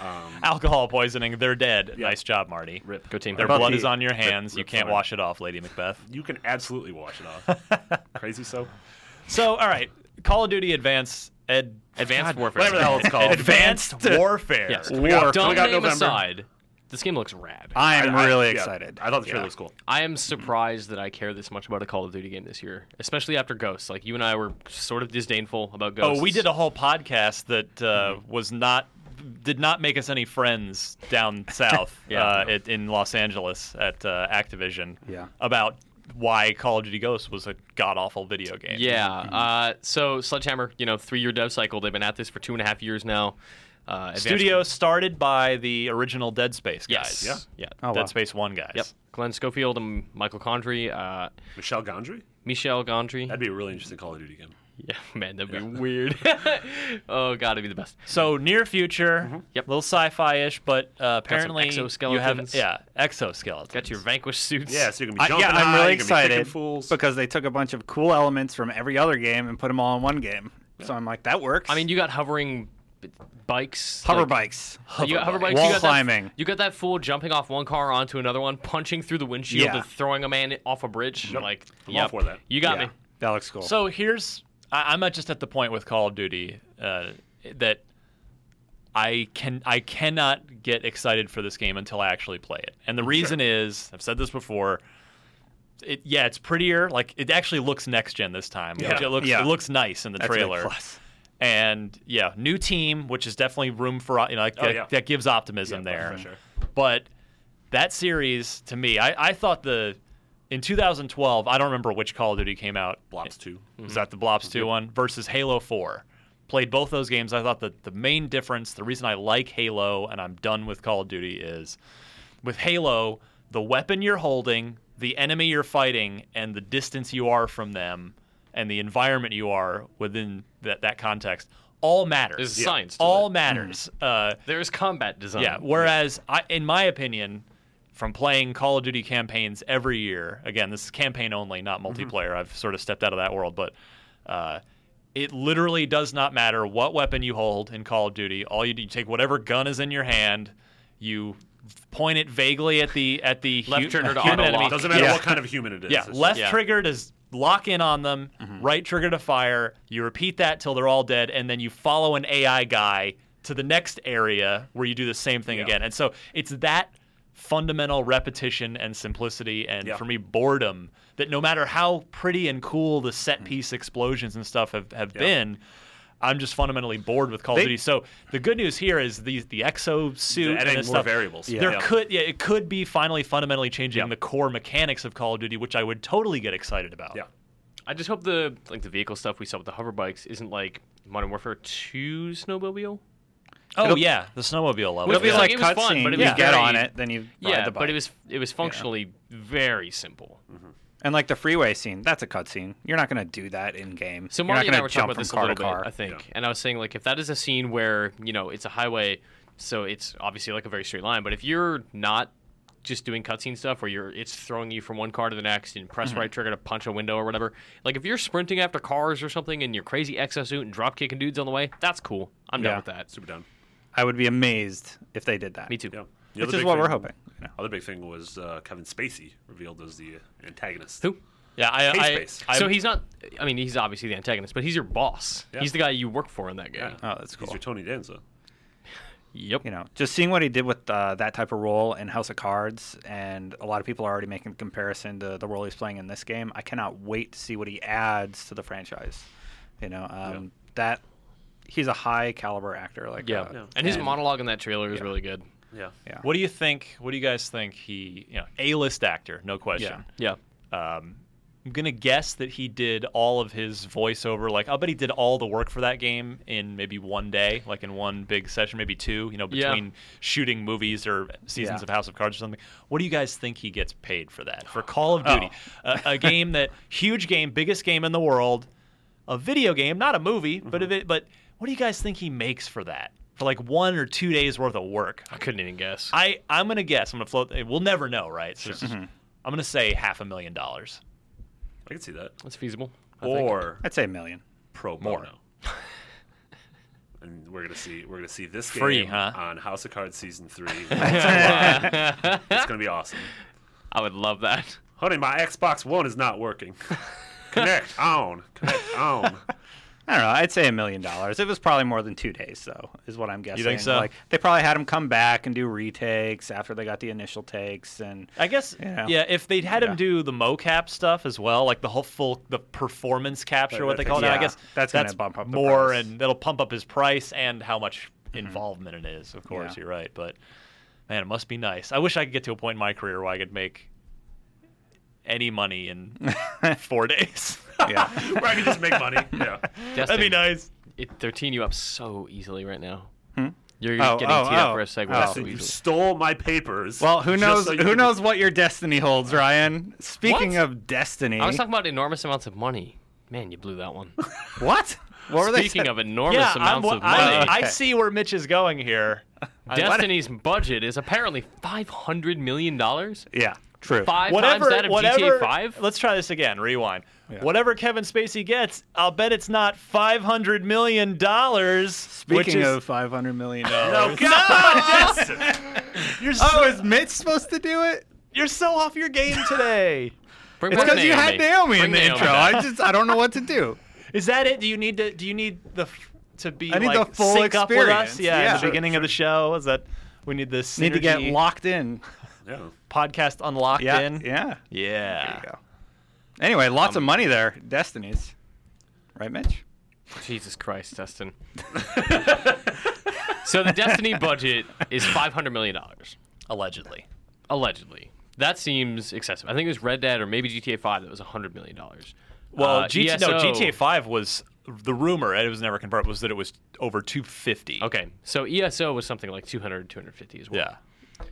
D: Um,
C: Alcohol poisoning. They're dead. Nice job, Marty.
D: Rip.
F: Good team.
C: Their
F: Rip.
C: blood
F: Rip.
C: is on your
F: Rip.
C: hands. you
F: Rip.
C: can't
F: Sorry.
C: wash it off, Lady Macbeth.
D: you can absolutely wash it off. Crazy soap.
C: So, all right, Call of Duty Advanced Ed,
F: Advanced
C: God,
F: Warfare.
C: whatever the hell it's called,
H: Advanced
C: Warfare.
F: Yes.
H: We got-
F: Dumb
H: we got
F: name
H: November.
F: aside, this game looks rad.
H: I am
D: I- I-
H: really
D: yeah,
H: excited.
D: I thought the trailer
H: Yeah.
D: was cool.
F: I am surprised that I care this much about a Call of Duty game this year, especially after Ghosts. Like you and I were sort of disdainful about Ghosts.
C: Oh, we did a whole podcast that uh, was not did not make us any friends down south
F: Yeah.
C: uh, at, in Los Angeles at uh, Activision.
H: Yeah.
C: About why Call of Duty Ghosts was a god awful video game.
F: Yeah. Uh, so Sledgehammer, you know, three year dev cycle. They've been at this for two and a half years now. Uh, Advanced-
C: Studio started by the original Dead Space guys.
F: Yes.
C: Yeah.
H: Oh,
C: Dead
H: wow.
C: Space One guys.
F: Yep. Glenn Schofield and Michael Condry, uh,
D: Michelle Gondry?
F: Michel Gondry.
D: That'd be a really interesting Call of Duty game.
F: yeah, man, that'd be weird. oh god, it'd be the best.
C: So near future,
F: Yep.
C: little sci-fi-ish, but uh, apparently you have
F: exoskeletons.
C: yeah exoskeletons.
F: Got your Vanquish suits.
D: Yeah, so you can be
H: I,
D: jumping
H: Uh, yeah, I'm
D: high,
H: really
D: you can be kicking
H: excited
D: Fools.
H: because they took a bunch of cool elements from every other game and put them all in one game. So I'm like, that works.
F: I mean, you got hovering b- bikes.
H: hover
F: like-
H: bikes.
F: you got hover bikes.
H: Wall
F: you got
H: climbing.
F: That, you got that fool jumping off one car onto another one, punching through the windshield
H: Yeah.
F: and throwing a man off a bridge. Like,
D: I'm all
F: yep,
D: for that.
F: You got
H: Yeah,
F: me.
H: That looks cool.
C: So here's I, I'm at just at the point with Call of Duty uh, that I can I cannot get excited for this game until I actually play it, and the reason is I've said this before. It, yeah, it's prettier. Like it actually looks next gen this time.
D: Yeah.
C: which It looks
H: Yeah.
C: it looks nice in the
H: That's a big
C: trailer.
H: plus.
C: And yeah, new team, which is definitely room for you know like,
D: Oh,
C: that,
D: yeah.
C: that gives optimism
D: Yeah,
C: there.
D: for sure.
C: But that series to me, I, I thought the in 2012, I don't remember which Call of Duty came out.
D: Blobs 2.
C: Was that the Blobs 2 one versus Halo 4? Played both those games. I thought that the main difference, the reason I like Halo and I'm done with Call of Duty is with Halo, the weapon you're holding, the enemy you're fighting, and the distance you are from them, and the environment you are within that, that context all matters.
F: There's science to
C: all
F: it.
C: matters. Uh,
F: There's combat design.
C: yeah. Whereas, I, in my opinion, from playing Call of Duty campaigns every year, again, this is campaign only, not
F: Mm-hmm.
C: multiplayer. I've sort of stepped out of that world, but uh, it literally does not matter what weapon you hold in Call of Duty. All you do, you take whatever gun is in your hand, you point it vaguely at the at the
F: Left
C: hu-
F: trigger to
C: human
F: auto-lock.
C: enemy.
D: Doesn't matter
C: Yeah.
D: what kind of human it is.
C: Yeah,
D: it's just-
C: left
F: yeah.
C: trigger to s- lock in on them,
D: Mm-hmm.
C: right trigger to fire. You repeat that till they're all dead, and then you follow an AI guy to the next area where you do the same thing
D: Yeah.
C: again. And so it's that fundamental repetition and simplicity, and
D: Yeah.
C: for me, boredom that no matter how pretty and cool the set
D: Mm-hmm.
C: piece explosions and stuff have, have been. I'm just fundamentally bored with Call of
H: They-
C: Duty. So the good news here is the the exo suit and
D: adding
C: this
D: more
C: stuff,
D: variables. Yeah.
C: There
D: Yeah.
C: could yeah, it could be finally fundamentally changing
D: Yeah.
C: the core mechanics of Call of Duty, which I would totally get excited about.
D: Yeah.
F: I just hope the like the vehicle stuff we saw with the hover bikes isn't like Modern Warfare 2 snowmobile.
C: Oh
H: It'll-
C: yeah, the snowmobile level.
H: It'll
F: Which
H: be
F: was
H: like
F: it was fun,
H: cutscene.
F: but it
H: You
F: was
H: get
F: very-
H: on it, then you ride
F: Yeah,
H: the
F: but
H: bike.
F: it was it was functionally very simple.
H: and like the freeway scene, that's a cutscene. You're not gonna do that in game.
F: So
H: You're
F: Marty
H: not
F: and
H: gonna
F: I were talking
H: jump
F: about this a
H: from car
F: little
H: to
F: bit,
H: car.
F: I think, and I was saying like if that is a scene where you know it's a highway, so it's obviously like a very straight line. But if you're not just doing cutscene stuff where you're it's throwing you from one car to the next and press
H: Mm-hmm.
F: right trigger to punch a window or whatever, like if you're sprinting after cars or something and you're crazy exosuit and drop kicking dudes on the way, that's cool. I'm
H: Yeah.
F: done with that.
D: Super done.
H: I would be amazed if they did that.
F: Me too.
D: Yeah. The
H: Which
D: other
H: is
D: big
H: what we're
D: thing-
H: hoping. you know.
D: Other big thing was uh, Kevin Spacey revealed as the antagonist.
F: Who?
C: yeah, I,
D: Case
C: I,
D: base.
C: I-
F: so he's not. I mean, he's obviously the antagonist, but he's your boss.
D: Yeah.
F: He's the guy you work for in that game.
D: Yeah.
H: Oh, that's
D: He's
H: cool.
D: your Tony Danza.
F: Yep.
H: you know, just seeing what he did with uh, that type of role in House of Cards, and a lot of people are already making comparison to the role he's playing in this game. I cannot wait to see what he adds to the franchise. You know, um, that he's a high caliber actor. Like,
F: yeah.
H: uh,
F: And his monologue in that trailer is really good.
D: Yeah.
H: yeah.
C: what do you think? What do you guys think? He, you know, A-list actor, no question.
F: Yeah.
C: Um, I'm gonna guess that he did all of his voiceover. Like, I'll bet he did all the work for that game in maybe one day, like in one big session, maybe two. You know,
F: Yeah.
C: between shooting movies or seasons
H: Yeah.
C: of House of Cards or something. What do you guys think he gets paid for that? For Call of Duty, a, a game that huge game, biggest game in the world, a video game, not a movie, but a vi- but what do you guys think he makes for that? for like one or two days worth of work.
F: I couldn't even guess.
C: I I'm gonna guess. I'm gonna float. We'll never know, right? So it's just- I'm gonna say half a million dollars.
D: I can see that.
F: That's feasible.
D: Or
H: I'd say a million.
D: pro
C: More.
D: bono. and we're gonna see we're gonna see this
C: Free,
D: game
C: huh?
D: on House of Cards season three. when it's live. it's gonna be awesome.
F: I would love that.
D: Honey, my Xbox One is not working. Connect on. Connect on.
H: I don't know. I'd say a million dollars. It was probably more than two days, though, is what I'm guessing.
C: think so?
H: Like they probably had him come back and do retakes after they got the initial takes, and
C: I guess
H: Yeah.
C: yeah. If they'd had
H: Yeah.
C: him do the mocap stuff as well, like the whole full the performance capture, what they call it, now, I
H: Yeah,
C: guess
H: that's gonna
C: that's
H: bump up the
C: more,
H: price. Mm-hmm.
C: and that'll pump up his price and how much involvement it is. Of course,
H: Yeah.
C: you're right, but man, it must be nice. I wish I could get to a point in my career where I could make any money in four days.
H: yeah,
D: Where I can just make money. Yeah.
C: That'd be
F: Destin,
C: nice.
F: It, they're teeing you up so easily right now.
H: Hmm?
F: You're
H: Oh,
F: getting
H: oh,
F: teed up
H: oh,
F: for a segue
H: oh.
F: so
D: Listen, you
F: easily.
D: stole my papers.
H: Well, who
D: just
H: knows?
D: so you
H: who
D: could-
H: knows what your destiny holds, Ryan? Speaking
F: What?
H: of destiny,
F: I was talking about enormous amounts of money. Man, you blew that one.
H: what? What were they
F: Speaking
H: saying?
F: of enormous
C: yeah, I'm,
F: amounts
C: wa-
F: of
C: I,
F: money,
C: I see where Mitch is going here.
F: Destiny's budget is apparently five hundred million dollars.
H: Yeah, true.
F: Five
C: whatever,
F: times that of
C: whatever.
F: GTA Five.
C: Let's try this again. Rewind. Whatever Kevin Spacey gets, I'll bet it's not five hundred million dollars. which
H: Speaking
C: is,
H: of five hundred million dollars.
C: no, God, Justin, you're so,
H: Oh, is Mitch supposed to do it?
C: you're so off your game today.
F: Bring
H: It's
F: back
H: because you had Naomi
F: Bring
H: in the
F: Naomi
H: intro.
F: back.
H: I just I don't know what to do.
C: is that it? Do you need to? Do you need the f- to be?
H: I need
C: like,
H: the full
C: sync up with us?
H: experience.
C: Yeah, in
H: Yeah.
C: the
H: Sure,
C: beginning of the show. Is that we need the synergy
H: Need to get locked in.
D: Yeah.
C: podcast unlocked
H: Yeah,
C: in?
H: yeah.
C: Yeah.
H: There you go. Anyway, lots of money there. Destinies, right, Mitch?
F: Jesus Christ, Dustin. so the Destiny budget is five hundred million dollars,
C: Allegedly.
F: allegedly. That seems excessive. I think it was Red Dead or maybe GTA Five that was hundred million dollars.
C: Well,
F: Uh,
C: G- no,
F: ESO
C: GTA Five was the rumor. and It was never confirmed. Was that it was over two fifty?
F: Okay, so ESO was something like 200, 250 as well.
C: Yeah.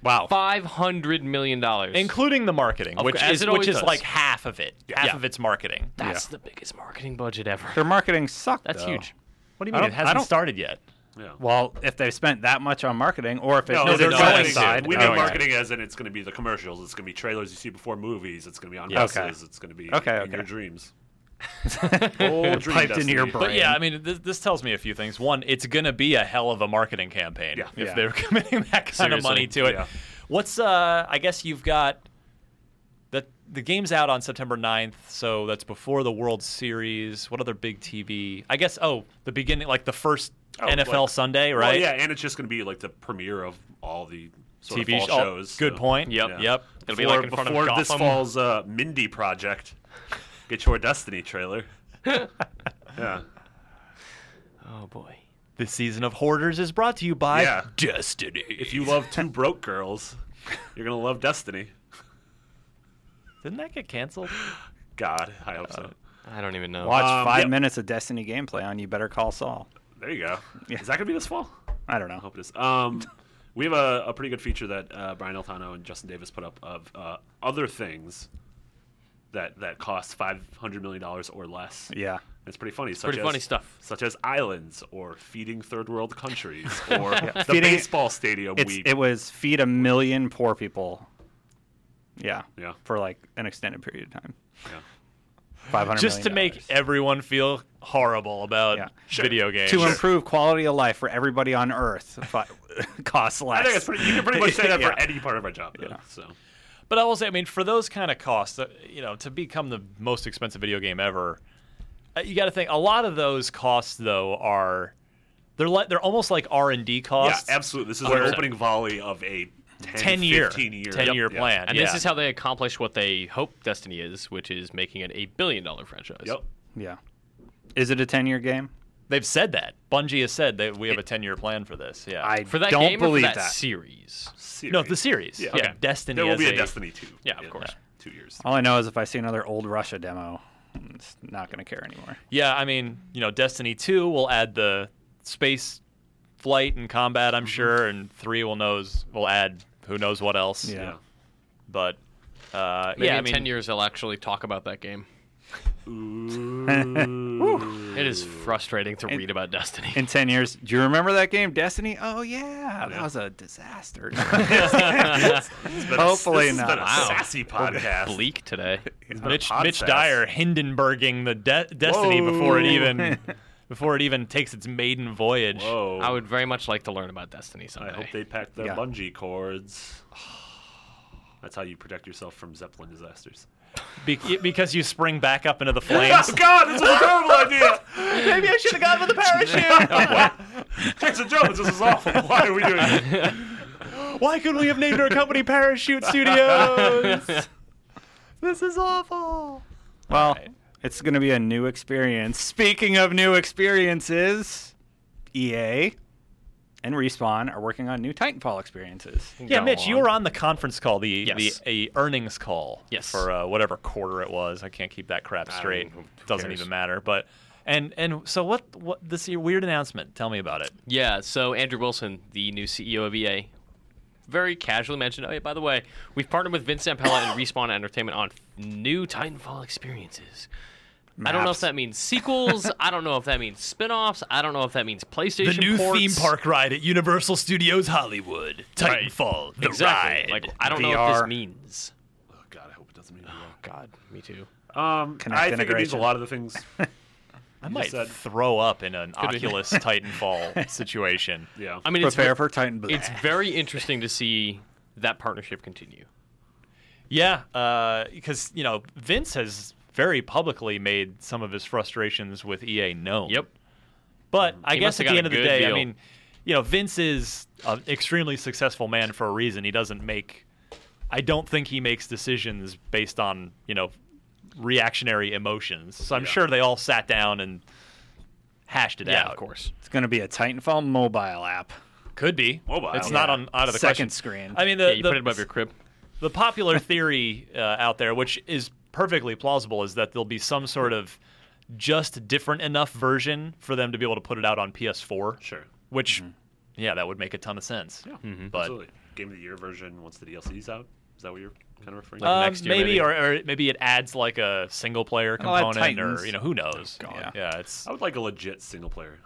C: Wow.
F: Five hundred million dollars.
C: Including the marketing,
F: Of
C: which
F: course, as
C: is,
F: it
C: which
F: always
C: is
F: does.
C: like half of it. Half
F: Yeah.
C: of it's marketing.
F: That's the biggest marketing budget ever.
H: Their marketing sucked.
F: That's
H: though.
F: huge.
C: What do you
H: I
C: mean?
H: don't- I
C: It hasn't
H: don't-
C: started yet.
D: Yeah.
H: Well, if they spent that much on marketing, or if it's
D: No,
C: No,
D: they're
C: no,
D: going
C: marketing.
D: inside. We
H: Oh,
D: mean
H: yeah.
D: marketing as in it's going to be the commercials. It's going to be trailers you see before movies. It's going to be on
C: Yeah.
D: buses.
H: Okay.
D: It's going to be
H: Okay,
D: in your
H: okay.
D: dreams. Old dream
H: Piped into your
D: destiny.
H: brain.
C: But yeah, I mean, this, this tells me a few things. One, it's going to be a hell of a marketing campaign
D: Yeah.
C: if
H: Yeah.
C: they're committing that kind of money to
D: Seriously,
C: it.
D: yeah.
C: What's uh? I guess you've got the the game's out on September 9th, so that's before the World Series. What other big TV? I guess oh, the beginning, like the first
D: Oh,
C: NFL
D: like-
C: Sunday,
D: Well,
C: right?
D: yeah, and it's just going to be like the premiere of all the sort of
C: TV
D: fall
C: show- oh,
D: shows.
C: good point. Yep, yep.
F: It'll be like in front of
D: before this
F: Gotham.
D: fall's uh, Mindy project. Get your Destiny trailer. yeah.
F: Oh boy.
C: This season of Hoarders is brought to you by
D: Yeah.
C: Destiny.
D: If you love two broke girls, you're gonna love Destiny.
C: Didn't that get canceled?
D: God, I hope so.
F: I don't even know. Uh,
H: Watch
D: Um,
H: five
D: yeah.
H: minutes of Destiny gameplay on You Better Call Saul.
D: There you go. Is that gonna be this fall?
H: I
F: Oh,
H: don't
D: I
H: know.
D: hope it is. Um, we have a, a pretty good feature that uh, Brian Eltano and Justin Davis put up of uh, other things that that cost five hundred million dollars or less.
H: Yeah.
D: It's pretty funny. such
F: pretty
D: as,
F: funny stuff.
D: Such as islands or feeding third world countries or the
H: Feeding-
D: baseball stadium
H: It's,
D: we
H: it was feed a million poor people. Yeah.
D: Yeah.
H: For like an extended period of time.
D: Yeah.
H: Five hundred.
C: Just to make everyone feel horrible about
H: Yeah.
C: video games.
H: to improve quality of life for everybody on Earth fi- costs less.
D: I think it's pretty, you can pretty much say that
H: Yeah.
D: for any part of our job. Though, So
C: But I will say, I mean, for those kind of costs, uh, you know, to become the most expensive video game ever, uh, you got to think a lot of those costs though are they're like they're almost like R and D
D: yeah,
C: costs.
D: absolutely. This is
C: Where-
D: an opening volley of a 10,
C: 10 year,
D: 15 year,
C: 10 year
D: yeah.
C: plan.
F: And
C: yeah.
F: this is how they accomplish what they hope Destiny is, which is making it a billion dollar franchise.
D: Yep.
H: Yeah. Is it a ten-year game?
C: they've said that. Bungie has said that we have a 10 year plan for this. Yeah.
H: I
F: For that
H: don't
F: game
H: believe
F: or for that,
H: that.
F: series.
C: no, the series.
D: Yeah.
C: Yeah.
D: Okay.
C: Destiny
D: There will
C: as
D: be a Destiny two.
F: Yeah, of
D: in
F: course.
D: Two years.
H: All I know is if I see another old Russia demo, I'm just not going to care anymore.
C: Yeah, I mean, you know, Destiny 2 will add the space flight and combat, I'm
D: Mm-hmm.
C: sure, and 3 will knows will add who knows what else.
H: Yeah.
D: Yeah.
C: But uh
F: Maybe
C: yeah, I
F: in
C: mean,
F: ten years they'll actually talk about that game. Whew. it is frustrating to read about Destiny.
H: In 10 years, do you remember that game, Destiny? Oh, yeah. That was a disaster.
D: been a-
H: Hopefully
D: this
H: not.
D: has been a Wow. sassy podcast.
F: Bleak today.
D: been a
C: Mitch,
D: pod
C: Mitch
D: fest.
C: Dyer Hindenburging the de- Destiny
F: Whoa.
C: before it even before it even takes its maiden voyage.
D: Whoa.
F: I would very much like to learn about Destiny someday.
D: Oh, I hope they packed their
F: Yeah.
D: bungee cords. That's how you protect yourself from Zeppelin disasters.
C: Be- because you spring back up into the flames.
D: Oh God, that's a terrible idea.
C: Maybe I should have gone with a
D: parachute. Jackson Jones, this is awful. Why are we doing this?
C: Why couldn't we have named our company Parachute Studios? this is awful.
H: Well, it's going to be a new experience. Speaking of new experiences, EA and Respawn are working on new Titanfall experiences.
C: Yeah, Mitch, you were on the conference call, the
H: Yes.
C: the a earnings call
H: Yes.
C: for uh, whatever quarter it was. I can't keep that crap
F: I
C: straight.
F: mean, who
C: Doesn't
F: cares?
C: even matter. But and and so what? What this weird announcement? Tell me about it.
F: Yeah, so Andrew Wilson, the new CEO of EA, very casually mentioned, oh, yeah, by the way, we've partnered with Vince Zampella and Respawn Entertainment on new Titanfall experiences. I don't know if
C: Maps.
F: that means sequels. I don't know if that means spin-offs. I don't know if that means PlayStation
C: The new
F: ports.
C: theme park ride at Universal Studios Hollywood,
F: Right.
C: Titanfall, the
F: exactly.
C: ride.
F: Like I don't know what this
C: VR.
F: means.
D: Oh God, I hope it doesn't mean.
F: God, me too.
D: Um,
H: Connect
D: I think it means a
H: integration.
D: lot of the things.
C: I
D: you
C: might
D: just said.
C: throw up in an
F: Could be.
C: Oculus Titanfall situation.
D: Yeah.
F: I mean,
H: Prepare
F: it's,
H: for Titan
F: It's very interesting to see that partnership continue.
C: Yeah, because you know Vince has very publicly made some of his frustrations with EA known.
F: Yep.
C: But I
F: Mm-hmm. He
C: guess
F: must
C: at the
F: have got a
C: end of the
F: good
C: day, I
F: deal.
C: mean, you know, Vince is an extremely successful man for a reason. He doesn't make. I don't think he makes decisions based on you know reactionary emotions. So I'm
D: Yeah.
C: sure they all sat down and hashed it out.
F: of course.
H: It's going to be a Titanfall mobile app.
C: Could be
D: Mobile,
C: It's
D: yeah.
C: not on out of the
H: Second
C: question.
H: screen.
C: I mean, the,
F: Yeah, you
C: the,
F: put it above your crib.
C: the popular theory uh, out there, which is perfectly plausible, is that there'll be some sort of just different enough version for them to be able to put it out on PS4.
D: Sure. Mm-hmm.
C: Which, yeah, that would make a ton of sense.
D: Yeah.
F: Mm-hmm.
C: But
D: Absolutely. Game of the Year version once the DLC's out. Is that what you're kind of referring
C: um,
D: to?
F: next year,
C: maybe,
F: maybe.
C: Or, or maybe it adds like a single player
D: Oh,
H: I'll add
C: component, or
H: Titans.
C: you know, who knows?
H: God.
C: Yeah. it's
D: I would like a legit single player.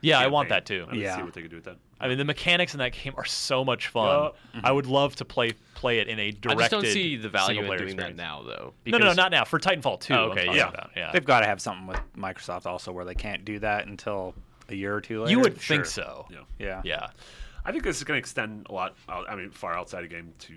C: yeah, I want
D: campaign.
C: that too.
D: I'd like to
H: Yeah.
D: See what they could do with that.
C: I mean, the mechanics in that game are so much fun. I would love to play play it in a
F: I
C: directed.
F: just don't see the value in
C: single-player
F: doing
C: experience.
F: that now, though.
C: No, no, no,
F: because-
C: not now. For Titanfall 2.
F: Oh,
C: I'm
F: okay,
C: talking
F: yeah.
C: about, yeah.
H: They've got to have something with Microsoft also where they can't do that until a year or two later.
C: You would
H: Sure.
C: think so.
D: Yeah.
H: Yeah.
C: Yeah.
D: I think this is going to extend a lot. Out, I mean, far outside of game to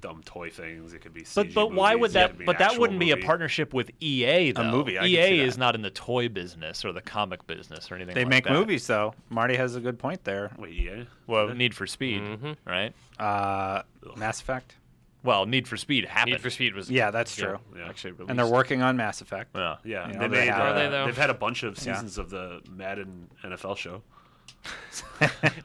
D: dumb toy things. It could be.
C: But
D: CG
C: but why
D: movies,
C: would
D: it
C: that?
D: could be an
C: But that
D: actual
C: wouldn't be a
D: movie.
C: partnership with EA though.
H: movie, I could see
C: EA is
H: that.
C: not in the toy business or the comic business or anything.
H: They
C: like
H: make
C: that.
H: movies, though. Marty has a good point there.
D: Wait, yeah.
C: Well, Need for Speed, right?
H: Uh, Mass Effect.
C: Well, Need for Speed happened.
F: Need for Speed was
H: Yeah, that's true.
D: Yeah.
F: actually released.
H: And they're working on Mass Effect.
C: Yeah.
D: Yeah,
H: You
D: they,
H: know, they
D: made.
H: have-
D: uh,
F: Are they, though?
D: They've had a bunch of
H: Yeah.
D: seasons of the Madden NFL show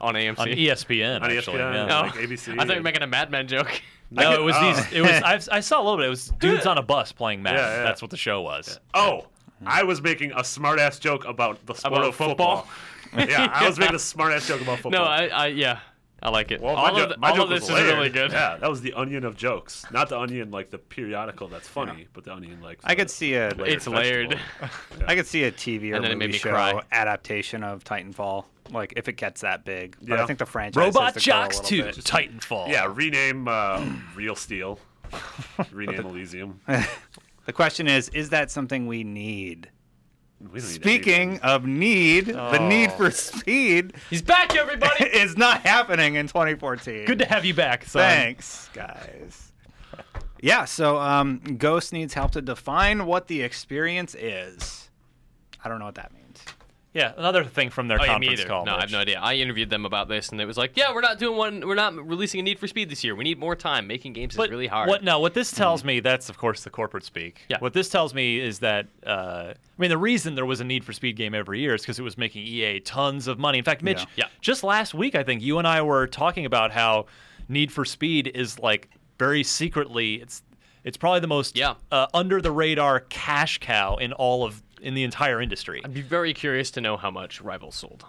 F: on AMC.
C: on E ESPN.
D: on
C: actually,
D: ESPN,
C: yeah.
D: and, like ABC.
F: I thought you were
D: and-
F: making a Mad Men joke.
C: No,
D: I
C: it was
D: could-
C: these. It was. I've, I saw a little bit. It was dudes on a bus playing Madden.
D: Yeah, yeah.
C: That's what the show was.
D: Oh, I was making a smart ass joke about the sport
F: About
D: of football. yeah, I was making a smart ass joke about
F: no,
D: football.
F: I, I, yeah, I like it.
D: Well, my
F: all
D: jo-
F: of, the-
D: my
F: all
D: joke
F: of this
D: was
F: is
D: layered.
F: really good.
D: Yeah, that was the onion of jokes, not the onion like the periodical that's funny, but the onion like.
H: I
D: the
H: could see a
D: layered
F: It's layered.
D: vegetable.
H: I could see a TV or
F: And then it made
H: movie
F: me
H: show
F: cry.
H: adaptation of Titanfall, like if it gets that big. But
D: Yeah.
H: I think the franchise has
C: Robot
H: to grow a
C: Jocks
H: little
C: Two,
H: bit.
C: Titanfall.
D: Yeah, rename uh, Real Steel. rename Elysium. We
H: The question is, is that something we need?
D: don't need
H: Speaking of need, the need for speed
C: he's back, everybody.
H: is not happening in 2014.
C: Good to have you back, son.
H: Thanks, guys. Yeah, so um, Ghost needs help to define what the experience is. I don't know what that means.
C: Yeah, another thing from their
F: Oh, yeah, me
C: conference
F: either.
C: call.
F: No, I have
C: Mitch.
F: no idea. I interviewed them about this, and it was like, "Yeah, we're not doing one. We're not releasing a Need for Speed this year. We need more time. Making games is really hard." Mm-hmm.
C: What no? What this tells me that's of course the corporate speak.
F: Yeah.
C: What this tells me is that uh, I mean the reason there was a Need for Speed game every year is because it was making EA tons of money. In fact, Mitch,
H: Yeah.
F: Yeah.
C: just last week I think you and I were talking about how Need for Speed is like very secretly it's it's probably the most
F: Yeah.
C: uh, under the radar cash cow in all of in the entire industry.
F: I'd be very curious to know how much Rivals sold,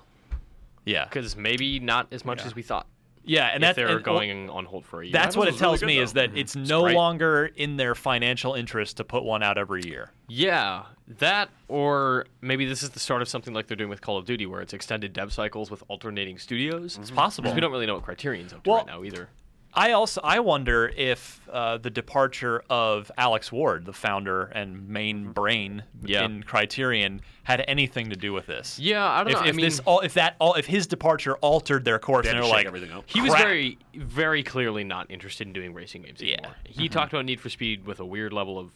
C: Yeah.
F: because maybe not as much as we thought.
C: Yeah, and
F: if
C: that's
F: they're
C: and- well,
F: going on hold for a year.
C: That's what it tells me is that
F: Mhm.
C: it's no
F: great.
C: longer in their financial interest to put one out every year.
F: Yeah, that or maybe this is the start of something like they're doing with Call of Duty, where it's extended dev cycles with alternating studios. Mm-hmm. It's
C: possible.
F: we don't really know what Criterion's up to right now either.
C: I also I wonder if uh, the departure of Alex Ward, the founder and main brain
F: Yeah.
C: in Criterion, had anything to do with this.
F: Yeah, I
C: if,
F: don't know. I
C: If this
F: mean-
C: all, if that all, if his departure altered their course,
D: They had
C: and
D: to
C: they're
D: shake
C: like,
D: everything up.
F: He was
C: "Crap."
F: very, very clearly not interested in doing racing games anymore.
C: Mm-hmm.
F: He talked about Need for Speed with a weird level of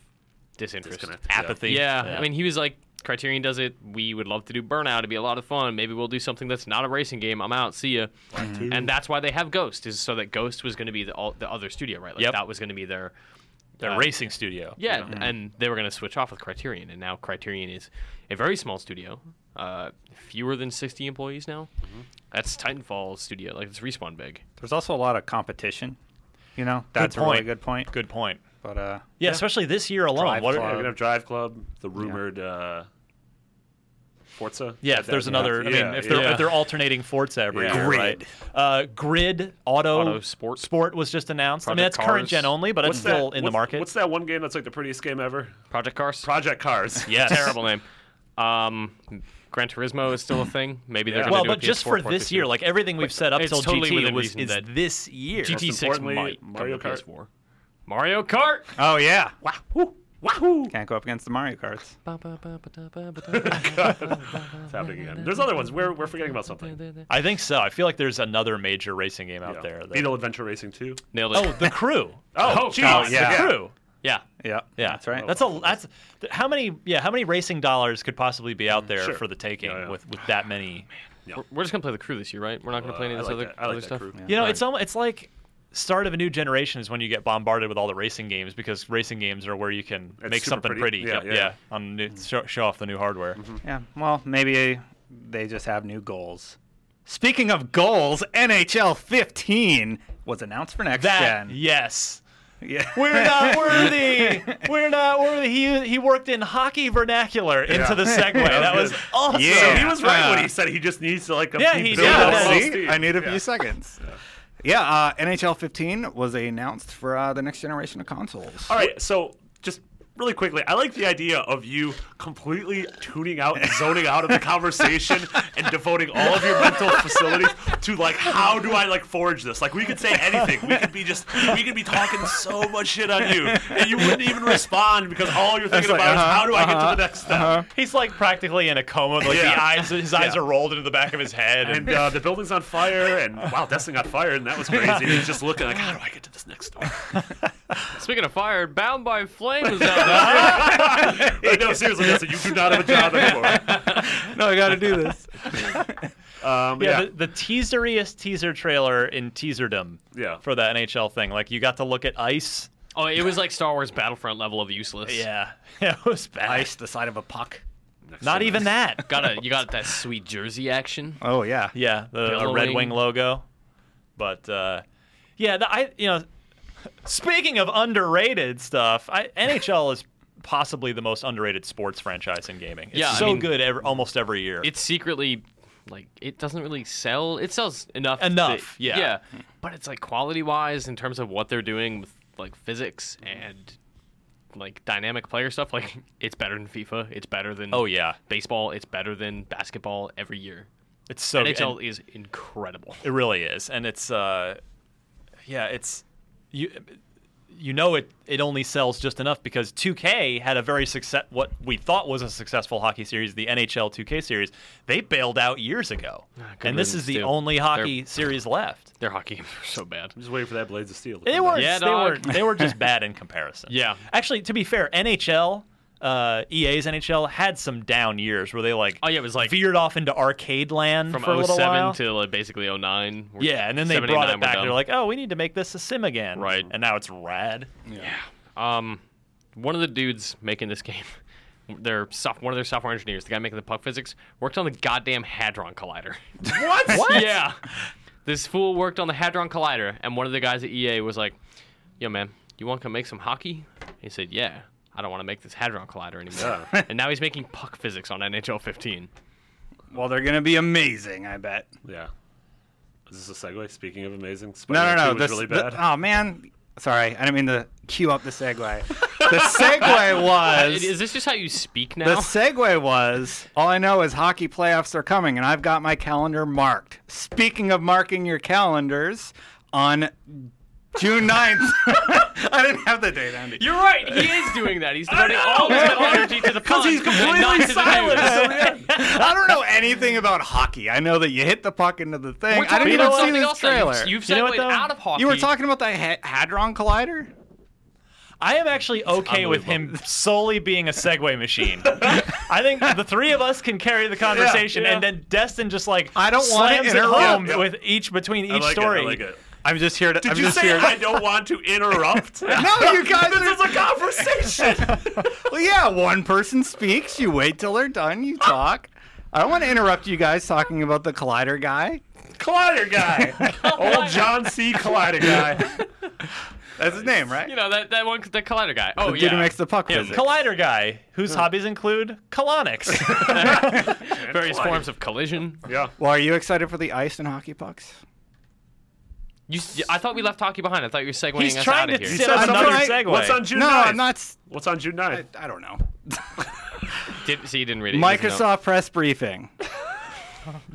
F: disinterest,
D: Disconnect, yeah.
C: Apathy.
F: Yeah.
C: Yeah.
F: I mean, he was like, Criterion does it. We would love to do Burnout. It'd be a lot of fun. Maybe we'll do something that's not a racing game. I'm out. See ya.
C: Mm-hmm.
F: And that's why they have Ghost, is so that Ghost was going to be the, all, the other studio, right? Like
C: Yep. Mm-hmm.
F: that was going to be their
C: their
F: uh,
C: racing studio.
F: yeah, and they were going to switch off with Criterion, and now Criterion is a very small studio, uh, fewer than 60 employees now.
C: Mm-hmm.
F: That's Titanfall studio, like it's respawn big.
H: There's also a lot of competition. You know, that's a really
C: point.
H: good point.
C: Good point.
H: But uh,
C: Yeah, especially this year alone.
H: Drive
C: what
H: Club.
D: We're
C: are,
D: gonna have Drive Club, the rumored uh, Forza.
C: Yeah, if there's another, I mean, if they're
D: yeah.
C: if they're alternating Forza every
D: Yeah.
C: year, right?
D: Grid.
C: Uh, grid, auto,
F: Auto, Sport.
C: sport was just announced. I mean,
F: Project
C: that's current
F: Cars.
C: gen only, but it's
D: that-
C: still in the
D: what's-
C: market.
D: What's that one game that's like the prettiest game ever?
F: Project Cars,
D: Project Cars.
C: yes.
F: terrible name. Um, Gran Turismo is still a thing. Maybe they're
D: Yeah.
F: gonna
C: Well,
F: do a
C: but just
F: PS4
C: for
F: port
C: this year, like everything we've set up
F: It's
C: till
F: totally
C: GT
F: within
C: was
F: reason
C: is
F: that-
C: this year.
F: GT six
D: importantly,
F: might
D: Mario
F: come to
D: Kart.
F: PS4. Mario Kart.
C: Uh,
H: oh yeah,
D: Wahoo! Wahoo!
H: can't go up against the Mario cards.
D: It's happening again. There's other ones. We're, we're forgetting about something.
C: I think so. I feel like there's another major racing game out
D: Yeah.
C: there. That...
D: Beetle Adventure Racing 2.
F: Nailed it.
C: Oh, the crew.
D: Oh,
C: geez,
D: God,
C: the
D: yeah.
C: crew.
F: yeah.
H: Yeah,
C: Yeah,
H: that's right.
C: That's a that's th- how many yeah how many racing dollars could possibly be out there
D: Sure.
C: for the taking
D: Yeah, yeah.
C: with with that many.
F: We're, we're just gonna play the crew this year, right? We're not gonna play any
D: Uh, I
F: of this
D: like
F: other,
D: that- I like
F: other
D: that
F: stuff.
D: crew.
C: You know, it's almost it's like start of a new generation is when you get bombarded with all the racing games because racing games are where you can
D: It's
C: make
D: super
C: something pretty.
D: pretty. Yeah, Mm. Mm-hmm.
C: Yep,
D: yeah.
C: on new, show, show off the new hardware.
H: Yeah. Well, maybe they just have new goals. Speaking of goals, NHL 15 was announced for next
C: That
H: gen.
C: yes.
H: Yeah.
C: We're not worthy. We're not worthy. He he worked in hockey vernacular into
D: Yeah.
C: the segue. That was awesome.
H: Yeah.
D: So he was right when
H: Yeah.
D: he said he just needs to like
C: Yeah, he
D: build
C: did.
D: up a
C: Yeah,
D: little
H: See?
D: steam.
H: I need a
D: Yeah.
H: few seconds. Yeah, uh, NHL 15 was announced for uh, the next generation of consoles.
D: All right, so just really quickly, I like the idea of you completely tuning out and zoning out of the conversation and devoting all of your mental facilities to like how do I like forge this? Like we could say anything. We could be just we could be talking so much shit on you and you wouldn't even respond because all you're thinking
H: like,
D: about
H: uh-huh,
D: is how do I get
H: uh-huh,
D: to the next step?
C: He's like practically in a coma. Like the
D: Yeah.
C: eyes, his eyes
D: Yeah.
C: are rolled into the back of his head. And,
D: And uh, the building's on fire, and wow, that thing got fired, and that was crazy. And he's just looking like, how do I get to this next door?
F: Speaking of fire, Bound by Flame was out.
D: Like, no, seriously, Justin, you do not have a job anymore.
H: no, I got to do this.
D: Um,
C: yeah, the, the teaseriest teaser trailer in teaserdom.
D: Yeah.
C: For the NHL thing, like you got to look at ice.
F: oh, it was like Star Wars Battlefront level of useless.
C: Yeah, it was bad.
H: Ice the side of a puck.
C: Not even that.
F: Got a you got that sweet jersey action.
H: Oh, yeah.
C: Yeah, the a Red
F: Billowing.
C: Wing logo. But uh, yeah, the, I you know, speaking of underrated stuff, I, NHL is possibly the most underrated sports franchise in gaming. It's
F: Yeah, I
C: so
F: mean,
C: good every, almost every year.
F: It's secretly like it doesn't really sell. It sells enough.
C: Enough,
F: that-
C: yeah.
F: Yeah. But it's like quality wise in terms of what they're doing with like physics and like dynamic player stuff. Like it's better than FIFA. It's better than
C: oh yeah,
F: baseball. It's better than basketball every year.
C: it's so good.
F: NHL is incredible.
C: It really is, and it's uh, yeah, it's you. You know it. It only sells just enough because 2K had a very success. What we thought was a successful hockey series, the NHL 2K series, they bailed out years ago,
F: Ah, good
C: and this is
F: riddance,
C: the
F: dude.
C: only hockey
F: They're-
C: series left.
F: Their hockey games are so bad.
D: I'm just waiting for that Blades of Steel. to
C: They
D: come
C: were
D: back.
F: Yeah,
C: they were
F: dog.
C: they were just bad in comparison.
F: Yeah.
C: actually, to be fair, NHL. Uh, EA's NHL had some down years where they like
F: Oh, yeah, it was like-
C: veered off into arcade land
F: From
C: for a little
F: 07
C: while.
F: to like, basically 09. we're-
C: Yeah, and then they
F: 7,
C: brought
F: 09,
C: it
F: we're
C: back.
F: done.
C: They're like, oh, we need to make this a sim again.
F: Right.
C: And now it's rad.
F: Um, one of the dudes making this game, their soft, one of their software engineers, the guy making the puck physics, worked on the goddamn hadron collider.
C: What? what?
F: yeah, this fool worked on the hadron collider, and one of the guys at EA was like, "Yo, man, you want to come make some hockey?" He said, "Yeah." I don't want to make this hadron collider anymore. and now he's making puck physics on NHL 15.
H: Well, they're going to be amazing, I bet.
D: Yeah. Is this a segue? Speaking of amazing,
H: No, no,
D: Spider-Man
H: no.
D: 2 was
H: This,
D: really
H: the-
D: bad.
H: oh man, sorry, I didn't mean to cue up the segue. the segue was.
F: Is this just how you speak now?
H: The segue was all I know is hockey playoffs are coming, and I've got my calendar marked. Speaking of marking your calendars, on June 9th, I didn't have the date, Andy.
F: You're right. He is doing that. He's devoting all his energy to the puns
D: he's
F: and not
D: completely
F: to the
D: silent,
F: news.
D: so
H: I don't know anything about hockey. I know that you hit the puck into the thing.
F: We're
H: I didn't
F: talking
H: even
F: about
H: see
F: something
H: this
F: else now.
H: trailer.
F: You've, you've
C: You know what,
F: segued
C: though?
F: out of hockey.
H: You were talking about the ha- Hadron Collider?
C: I am actually okay with him solely being a segue machine. I think the three of us can carry the conversation,
D: Yeah, yeah.
C: and then Destin just like
H: I don't wanna
C: slams it
H: interrupt.
C: home
D: Yeah, yeah.
C: with each between each
D: I like
C: story.
D: It, I like it.
H: I'm just here to.
D: Did you say I don't want to interrupt?
H: No, you guys
D: this
H: are-
D: is a conversation.
H: well, yeah, one person speaks. You wait till they're done. You talk. I don't want to interrupt you guys talking about the Collider guy.
D: Collider guy, old John C. Collider guy.
H: That's his name, right?
F: You know that that one, the collider guy. Oh
H: the dude
F: yeah.
H: who makes the puck
C: Him,
H: visit.
C: Collider guy, whose
H: Hmm.
C: hobbies include colonics.
F: various forms of collision.
D: Yeah.
H: Well, are you excited for the ice and hockey pucks?
F: You, s- I thought we left hockey behind. I thought you were segueing
C: He's
F: us
C: trying
F: out of
C: to
F: here.
C: sit on
H: I'm
C: another
H: trying-
C: segue.
D: What's on June
H: no,
D: 9th?
H: I'm not. s-
D: What's on June
H: I,
D: 9th?
H: I don't know.
F: Did, so you didn't read it. He doesn't know.
H: Microsoft press briefing,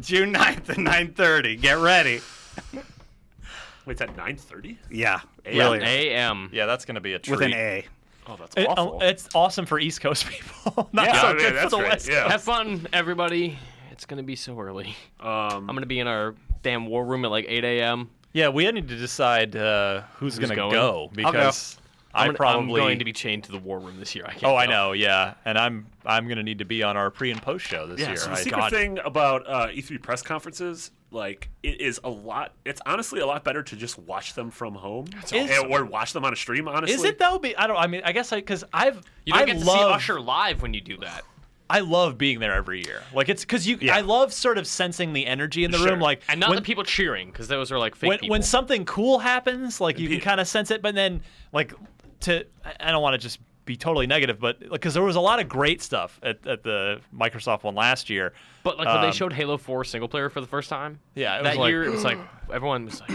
H: June 9th at 9:30. Get ready.
D: Wait, it's at 9:30?
H: Yeah,
F: Yeah,
H: really.
F: A.M.
C: Yeah, that's gonna be a treat.
H: With an A.
D: Oh, that's
C: It- um,
D: awful.
C: it's awesome for East Coast people. Not
D: yeah,
C: so
D: I mean,
C: good for
D: Oh, that's
C: the
D: great.
C: West.
D: Yeah.
F: Have fun, everybody. It's gonna be so early.
D: Um,
F: I'm gonna be in our damn war room at like 8 a.m.
C: Yeah, we need to decide uh, who's, gonna
F: going?
C: go
H: go.
C: because
F: I'm,
C: I
F: gonna-
C: probably
F: I'm going to be chained to the war room this year. I can't.
C: Oh, I
F: go.
C: know. Yeah, and I'm I'm gonna need to be on our pre and post show this year.
D: So the
C: I-
D: secret
C: God.
D: thing about uh, E3 press conferences, like, it is a lot. It's honestly a lot better to just watch them from home
C: awesome.
D: and- or watch them on a stream. Honestly,
C: Is it though? Be, I don't. I mean, I guess I because I've
F: You don't
C: I
F: get to
C: love,
F: see Usher live when you do that.
C: I love being there every year. Like it's because you.
D: Yeah.
C: I love sort of sensing the energy in the room. Like
F: And not
C: when,
F: the people cheering, because those are like fake
C: when,
F: people.
C: when something cool happens, like you can
D: people-
C: kind of sense it. But then like to I- I don't want to just be totally negative, but because there was a lot of great stuff at, at the Microsoft one last year.
F: but like when they
C: um,
F: showed Halo 4 single player for the first time,
C: Yeah, it was
F: that
C: like-
F: year it was like everyone was like,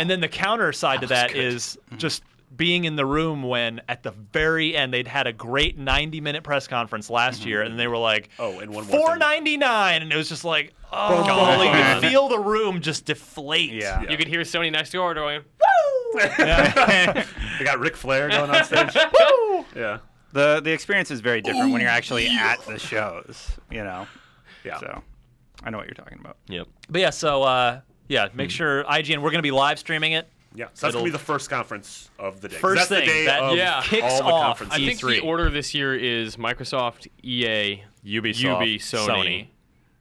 C: And then the counter side to
F: was
C: that
F: good.
C: is just being in the room when at the very end they'd had a great 90 minute press conference last year and they were like
D: Oh, and one more thing.
C: 499 and it was just like oh golly, you could feel the room just deflate
H: Yeah.
F: you could hear Sony next door going,
D: They got Ric Flair going on stage. yeah.
H: The the experience is very different when you're actually at the shows. You know.
D: Yeah.
H: So, I know what you're talking about.
F: "Yep,
C: but yeah so uh yeah make sure IGN we're going to be live streaming it
D: Yeah, so that's
C: It'll-
D: gonna be the first conference of the day. 'cause that's
C: First thing
D: the day
C: that
D: of
F: yeah.
C: kicks
D: all the
C: off.
F: I
D: conferences.
F: think
C: E3.
F: the order this year is Microsoft, EA,
C: Ubisoft,
F: UB, Sony,
C: Sony.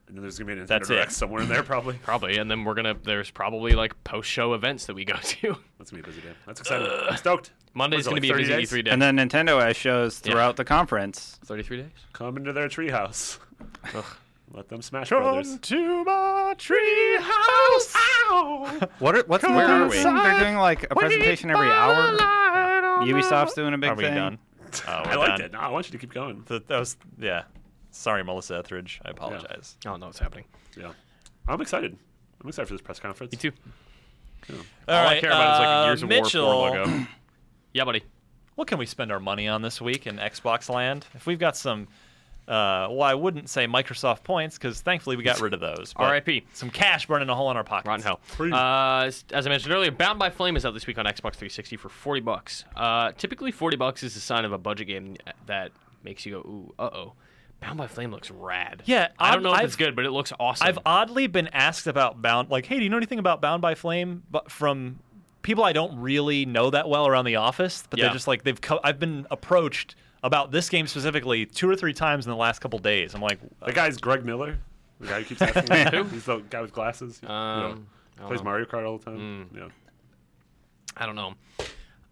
D: and then there's gonna be a Nintendo
C: That's it.
D: Direct somewhere in there probably.
F: probably, and then we're gonna. There's probably like post-show events that we go to.
D: That's gonna be a busy day. That's exciting. I'm stoked.
F: Monday's
D: What
F: gonna
D: is
F: be
D: it,
F: a
D: like
F: busy
D: 30
C: E
D: days?
F: E3 day.
H: And then Nintendo has shows
F: Yeah.
H: throughout the conference.
F: 33 days.
D: Come into their treehouse. Let them smash brothers.
C: to my tree house
H: What are, what's
F: Where are
H: the
F: we?
H: thing? They're doing like a presentation every hour. Ubisoft's doing a big
C: are we
H: thing.
C: done oh, we're
D: I liked
C: done.
D: it. No, I want you to keep going.
C: Th- that was yeah sorry Melissa Etheridge I apologize
F: Oh no, it's happening.
D: Yeah, I'm excited. I'm excited for this press conference.
F: You too.
C: All
F: All
C: right,
F: I care about is like
C: uh,
F: a Years of
C: Mitchell,
F: War 4 logo. yeah, buddy.
C: What can we spend our money on this week in Xbox land? If we've got some, uh, well, I wouldn't say Microsoft points because thankfully we got rid of those. but
F: R.I.P..
C: Some cash burning a hole in our pockets.
F: Rotten hell. Uh, as as I mentioned earlier, Bound by Flame is out this week on Xbox 360 for 40 bucks. Uh, typically, 40 bucks is a sign of a budget game that makes you go, ooh, uh oh. Bound by Flame looks rad.
C: Yeah,
F: I
C: I've-
F: don't know if it's
C: I've-
F: good, but it looks awesome.
C: I've oddly been asked about Bound, like, hey, do you know anything about Bound by Flame? But from people I don't really know that well around the office, but
F: Yeah.
C: they're just like they've. Co- I've been approached about this game specifically two or three times in the last couple days. I'm like,
D: The guy's Greg Miller. The guy who keeps asking. me. He's the guy with glasses.
F: Um, I
D: yeah.
F: don't
D: Plays
F: know.
D: Mario Kart all the time. Yeah.
F: I don't know.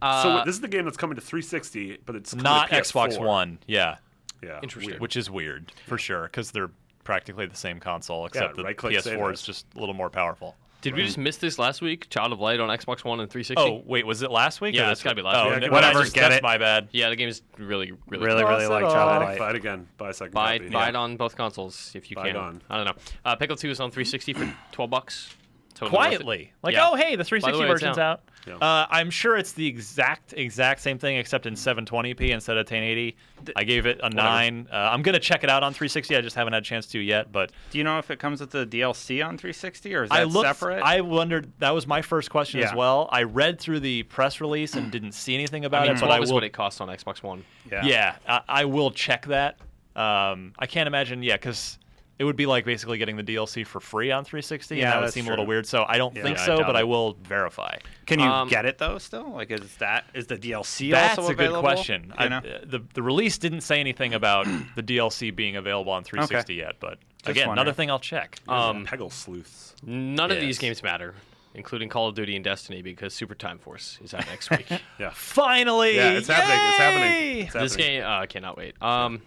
F: Uh,
D: So this is the game that's coming to 360, but it's coming to
C: not
D: PS4.
C: Xbox One. Yeah.
D: Yeah.
F: Interesting.
D: weird.
C: which is weird for sure because they're practically the same console except that
D: right-click save
C: PS4 is
D: as.
C: just a little more powerful.
F: did we just miss this last week? Child of Light on Xbox One and 360?
C: Oh wait, was it last week?
F: Yeah,
C: or
F: it's
C: this
F: gotta be
C: week?
F: last
C: oh,
F: week.
D: Yeah,
C: no,
D: it could be
C: that's
D: last
C: just-
H: week.
C: That's
H: Get it?
C: my bad.
F: Yeah, the game is really, really,
H: Really, really like Child of
D: Buy
H: Light.
D: it again. Buy a second
F: Buy,
D: copy.
F: buy
D: Yeah.
F: it on both consoles if you
D: Buy it
F: can.
D: on.
F: I don't know. Uh, Pickle 2 is on 360 for 12 bucks. Totally worth it.
C: quietly. Like,
F: Yeah.
C: oh hey, the
F: By way,
C: 360
F: it's
C: version's out. Uh, I'm sure it's the exact exact same thing, except in 720p instead of 1080. I gave it a nine. Uh, I'm gonna check it out on 360. I just haven't had a chance to yet, but
H: Do you know if it comes with the DLC on 360 or is that
C: I looked.
H: separate?
C: I wondered. That was my first question as
H: Yeah.
C: well. I read through the press release and didn't see anything about
F: I mean,
C: it, but
F: 12
C: I
F: is
C: will.
F: what it costs on Xbox One.
C: yeah, I, I will check that. Um, I can't imagine. Yeah, because. It would be like basically getting the DLC for free on 360,
H: Yeah,
C: and that would
H: that's
C: seem a little
H: true.
C: weird. So I don't
H: Yeah,
C: think
H: I
C: so,
H: doubt
C: but I
H: it.
C: will verify.
H: Can you
F: Um,
H: get it though? Still, like is that is the DLC
C: That's
H: also
C: a good
H: available?
C: question. I,
H: You know?
C: uh, the the release didn't say anything about the DLC being available on 360 yet, but again, another
H: wondering.
C: thing I'll check. Uh,
F: Um,
D: Peggle sleuths.
F: None of
C: Yes.
F: these games matter, including Call of Duty and Destiny, because Super Time Force is out next week.
D: Yeah.
C: Finally,
D: Yeah, it's happening. It's happening.
C: Yay!
D: It's
F: this
D: happening.
F: game, uh, I cannot wait. Um,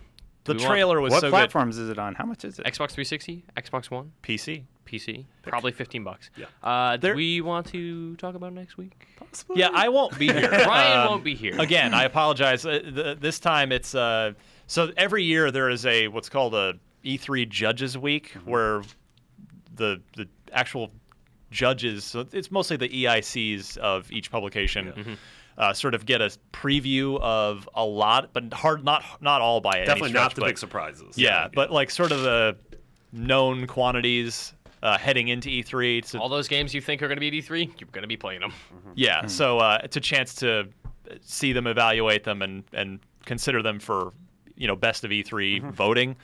C: The
F: do we want
C: trailer was
H: what
C: so
H: platforms is it on? How much is it?
F: Xbox 360, Xbox One,
C: good. PC.
F: PC, probably 15 bucks.
D: Yeah.
F: Uh, do
C: There-
F: we want to talk about it next week?
C: Yeah, I won't be here.
F: Ryan won't be here.
C: Again, I apologize. Uh, th- this time it's uh, so every year there is a what's called a E3 Judges Week
D: Mm-hmm.
C: where the the actual judges, so it's mostly the EICs of each publication.
D: Mm-hmm.
C: Uh, sort of get a preview of a lot, but hard not not all by any
D: Definitely
C: stretch,
D: not the
C: but-
D: big surprises.
C: Yeah, but like sort of the known quantities uh, heading into E3 to
F: All those games you think are going to be at E3, you're going to be playing them.
C: yeah,
D: Hmm.
C: so uh, it's a chance to see them, evaluate them, and and consider them for you know best of E3
D: Mm-hmm.
C: voting.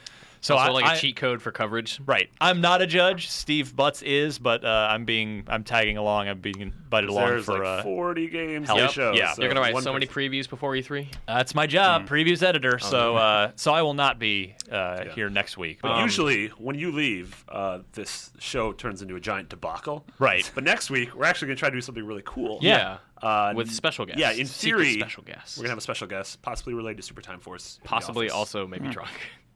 C: So
F: also,
C: I,
F: like a
C: I-
F: cheat code for coverage.
C: right. I'm not a judge. Steve Butts is, but uh, I'm being I'm tagging along. I'm being invited along
D: There's
C: for.
D: like
C: uh,
D: 40 games
C: help.
D: they
C: Yep.
D: show.
C: Yeah.
D: so
F: You're going to write
D: one
F: so many
D: person-
F: previews before E E3.
C: that's my
D: Hmm.
C: job, previews editor.
D: Oh,
C: so uh, so I will not be uh, here next week.
D: But
C: Um,
D: usually, when you leave, uh, this show turns into a giant debacle.
C: Right.
D: But next week, we're actually going to try to do something really cool.
C: Yeah.
D: Uh,
F: With special guests.
D: Yeah, in
F: Secret
D: theory,
F: special guests.
D: we're going to have a special guest, possibly related to Super Time Force. in the
F: Possibly
D: office.
F: also maybe drunk.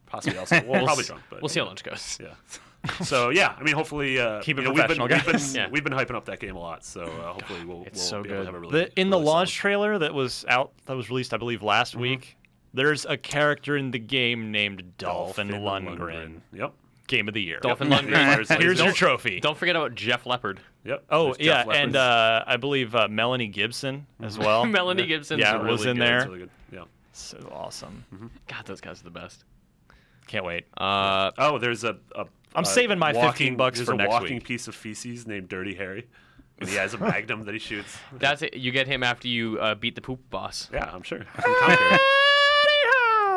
D: Possibly also. Well, probably
F: s-
D: drunk, but.
F: We'll see how lunch goes.
D: Yeah. So, yeah, I mean, hopefully. Uh,
C: Keep it
D: you know, we've been,
C: professional,
D: we've,
C: guys.
D: been,
F: Yeah.
D: we've been hyping up that game a lot, so uh, hopefully we'll,
F: it's
D: we'll
F: so
D: be able
F: good.
D: to have a really.
C: the, in the
D: really Mm-hmm.
C: launch
D: solid-
C: trailer that was out that was released, I believe, last week. There's a character in the game named Dolphin, Lundgren.
D: Yep.
C: Game of the year.
F: Dolphin
D: Yep.
F: Lundgren.
D: Here's
C: Here's your
D: Dolph-
C: trophy.
F: Don't forget about Jeff Leopard.
D: Yep.
C: Oh
D: There's
C: yeah,
D: Jeff Mm-hmm.
C: and
D: Lefferts.
C: uh, I believe uh, Melanie Gibson as well.
F: Melanie Gibson.
C: yeah,
F: really
C: was in
F: good.
D: Oh, Yeah,
C: there.
D: it's really good. Yeah.
C: so awesome.
D: Mm-hmm.
F: God, those guys are the best.
C: Can't wait.
F: Uh,
D: Oh, there's a. a
C: I'm
D: a
C: saving my 15
D: walking-
C: bucks
D: there's
C: for
D: a
C: next
D: walking
C: week.
D: piece of feces named Dirty Harry, and he has a magnum that he shoots.
F: that's it. You get him after you uh, beat the poop boss.
D: Yeah, I'm sure. From Conquer.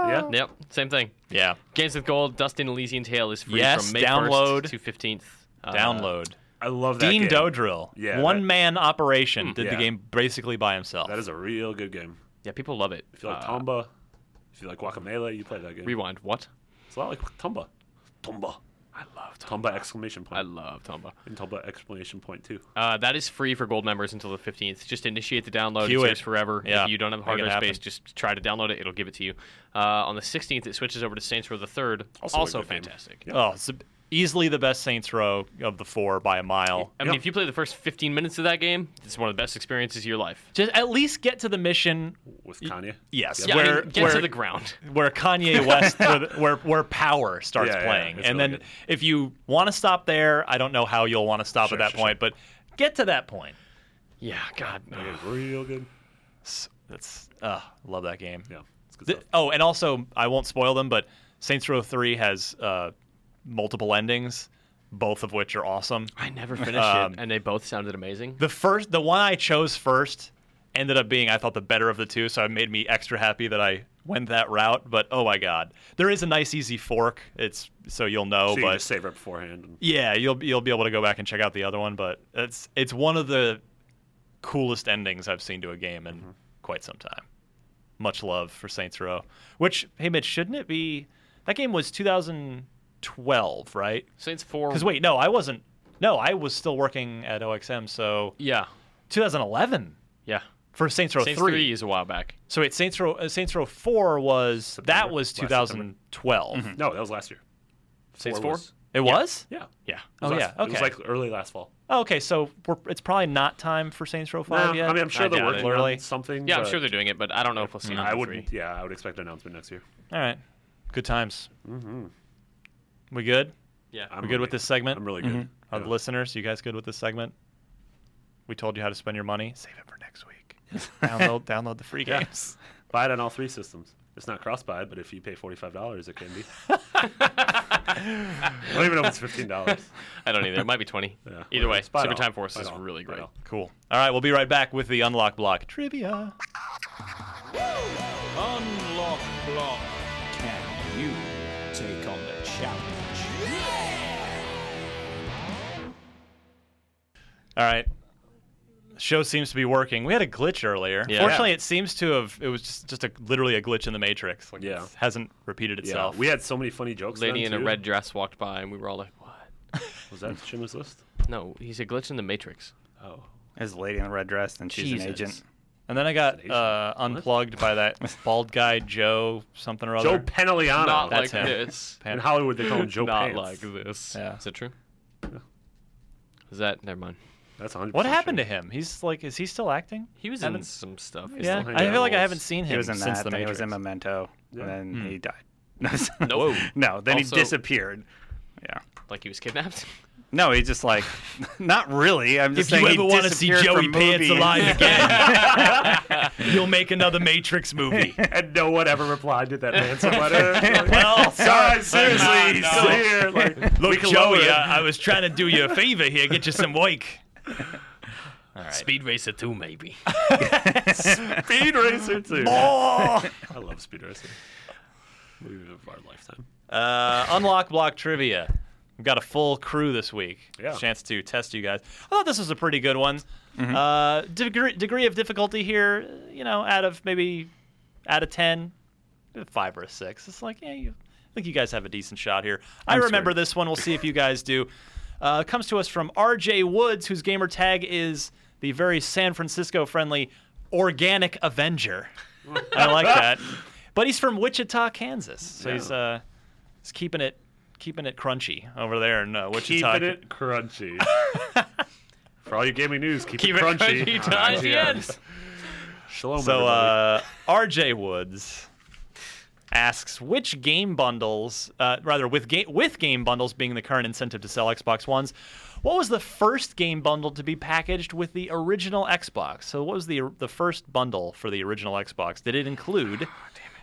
D: yeah.
F: Yep, same thing.
C: Yeah,
F: Games with Gold, Dustin Elysian Tale is free
C: Yes,
F: from May
C: download.
F: 1st to 15th. Uh,
C: download.
D: I love that
C: Dean
D: game.
C: Dodrill,
D: Yeah,
C: one
D: that- Mm,
C: man operation, did the
D: Yeah.
C: game basically by himself.
D: That is a real good game.
F: Yeah, people love it.
D: If you like
F: Uh,
D: Tomba, if you like Guacamele, you play that game.
F: Rewind. What?
D: It's a lot like Tomba. Tomba.
F: I love Tomba.
D: Tomba exclamation point.
F: I love Tomba.
D: and Tomba exclamation point too.
F: Uh, that is free for gold members until the 15th. Just initiate the download.
C: Cue
F: it stays
C: it.
F: forever.
C: Yeah,
F: If you don't have
C: make it
F: hard drive space,
C: happen.
F: just try to download it. It'll give it to you. Uh, on the 16th, it switches over to Saints Row the Third.
D: Also a good game.
F: fantastic.
D: Yeah.
C: Oh, it's easily the best Saints Row of the four by a mile.
F: I mean,
D: Yep.
F: if you play the first 15 minutes of that game, it's one of the best experiences of your life.
C: Just at least get to the mission.
D: With Kanye.
C: Yes,
F: Yeah, I
C: where
F: mean, get
C: where
F: to the ground.
C: where Kanye West, where, the- where where Power starts
D: Yeah, yeah,
C: playing,
D: it's
C: and
D: really
C: then
D: good.
C: if you want to stop there, I don't know how you'll want to stop
D: Sure,
C: at that
D: sure,
C: point, but get to that point.
F: Yeah, God.
D: That game's real good.
C: S- That's uh, love that game.
D: Yeah. It's good
C: Th-
D: stuff.
C: oh, and also I won't spoil them, but Saints Row Three has uh, multiple endings, both of which are awesome.
F: I never finished
C: Um,
F: it, and they both sounded amazing.
C: The first, the one I chose first, ended up being I thought the better of the two, so it made me extra happy that I went that route. But oh my god, there is a nice easy fork. It's so you'll know,
D: So you can
C: Oh, but
D: just save right beforehand. And
C: Yeah, you'll be- you'll be able to go back and check out the other one, but it's it's one of the coolest endings I've seen to a game in
D: Mm-hmm.
C: quite some time. Much love for Saints Row. Which, hey Mitch, shouldn't it be? That game was 2012, right?
F: Saints
D: Oh.
F: Four.
C: Because wait, no, I wasn't. No, I was still working at OXM, so
F: Yeah,
C: 2011
F: yeah.
C: for Saints Row
F: Saints
C: 3.
F: Three is a while back.
C: So wait, Saints Row uh, Saints Row 4 was that
D: September,
C: was
D: last September.
C: 2012.
D: No, that was last year.
F: Saints
D: Four
F: Four.
D: was-
C: It was.
D: Yeah.
F: Yeah.
C: Oh
D: It was
C: yeah.
D: last-
C: Okay.
D: It was like early last fall.
C: Oh, okay, so we're, it's probably not time for Saints Row
D: No,
C: Five yet.
D: I mean, I'm sure
F: I
D: they're
F: doubt
D: working
F: it.
C: Literally.
D: on something.
F: Yeah, I'm
D: but
F: sure they're doing it, but I don't know if we'll
C: Mm,
F: see. it on
D: I
F: the
D: would.
F: three.
D: Yeah, I would expect an announcement next year.
C: All right, good times. Mm-hmm. We good?
F: Yeah.
C: we good with this segment?
D: I'm really good. Mhm.
C: Are
D: Yeah.
C: the listeners, you guys good with this segment? We told you how to spend your money. Save it for next week. download, download the free
D: Yeah.
C: games.
D: Buy it on all three systems. It's not cross buy, but if you pay forty five dollars, it can be. I don't even know if it's fifteen dollars.
F: I don't either. It might be 20.
D: Yeah.
F: Either way,
D: It's buy it
F: Super
D: all.
F: Time Force
D: Buy it
F: is
D: all.
F: really
D: Buy it
F: great.
D: all.
C: Cool. All right, we'll be right back with the unlock block trivia.
G: Unlock block. Can you take on the challenge?
C: All right. Show seems to be working. We had a glitch earlier.
F: Yeah.
C: Fortunately, it seems to have. It was just, just a, literally a glitch in the matrix. Like,
D: Yeah.
C: It hasn't repeated
D: Yeah,
C: itself.
D: we had so many funny jokes.
F: Lady
D: then,
F: in a
D: too.
F: red dress walked by, and we were all like, "What?"
D: Was that Shima's list?
F: No, he's a glitch in the Matrix.
D: Oh,
H: There's a lady in the red dress, and she's an agent.
C: And then I got
D: Asian.
C: uh, unplugged by that bald guy Joe something or other.
D: Oh, Joe Pantoliano.
F: Not
C: that's him.
F: like this.
D: In Hollywood, they call him Joe
F: Not
D: Pants.
F: like this.
H: Yeah.
F: Is that true? Is that never mind?
D: That's 100.
C: What happened to him? He's like, is he still acting?
F: He was
C: I
F: in
C: haven't-
F: some stuff.
C: Yeah,
D: still
C: I feel like I
D: roles.
C: haven't seen him
H: He was in
C: since
H: that.
C: the
H: then he
C: Matrix.
H: was in Memento,
D: Yeah.
H: and then
C: Hmm.
H: he died.
F: Whoa.
H: no, then
F: Also-
H: he disappeared. Yeah.
F: Like he was kidnapped.
H: No, he just like, not really. I'm just
C: if you
H: saying
C: ever
H: he
C: want to see
H: disappeared
C: Joey
H: from
C: Pants
H: movies.
C: alive again, you'll make another Matrix movie.
D: And no one ever replied to that ransom letter.
C: Well,
D: sorry, seriously,
C: no,
D: he's still
C: no.
D: here. Like, we
C: Look,
D: can lower
C: Joey, uh,
D: it.
C: I, I was trying to do you a favor here, get you some work.
F: Speed Racer 2, maybe.
D: Speed Racer 2.
C: Oh!
D: I love Speed Racer. Movie of our lifetime.
C: Uh, unlock block trivia. We've got a full crew this week.
D: Yeah.
C: Chance to test you guys. I thought this was a pretty good one. Uh, degree, degree of difficulty here, you know, out of maybe out of 10, five or a six. It's like, yeah, you, I think you guys have a decent shot here. i
H: I'm
C: remember
H: screwed.
C: this one. We'll see if you guys do. Uh, comes to us from RJ Woods, whose gamer tag is the very San Francisco friendly Organic Avenger. I like that. But he's from Wichita, Kansas. So he's uh, he's keeping it keeping it crunchy over there in uh, Wichita.
D: Keeping it crunchy. For all your gaming news, keep, it
F: Keep it
D: crunchy.
F: crunchy to
D: on
F: IGN.
D: IGN. Shalom,
C: So
D: everybody.
C: uh, RJ Woods asks which game bundles, uh, rather with game with game bundles being the current incentive to sell Xbox Ones, what was the first game bundle to be packaged with the original Xbox? So what was the the first bundle for the original Xbox? Did it include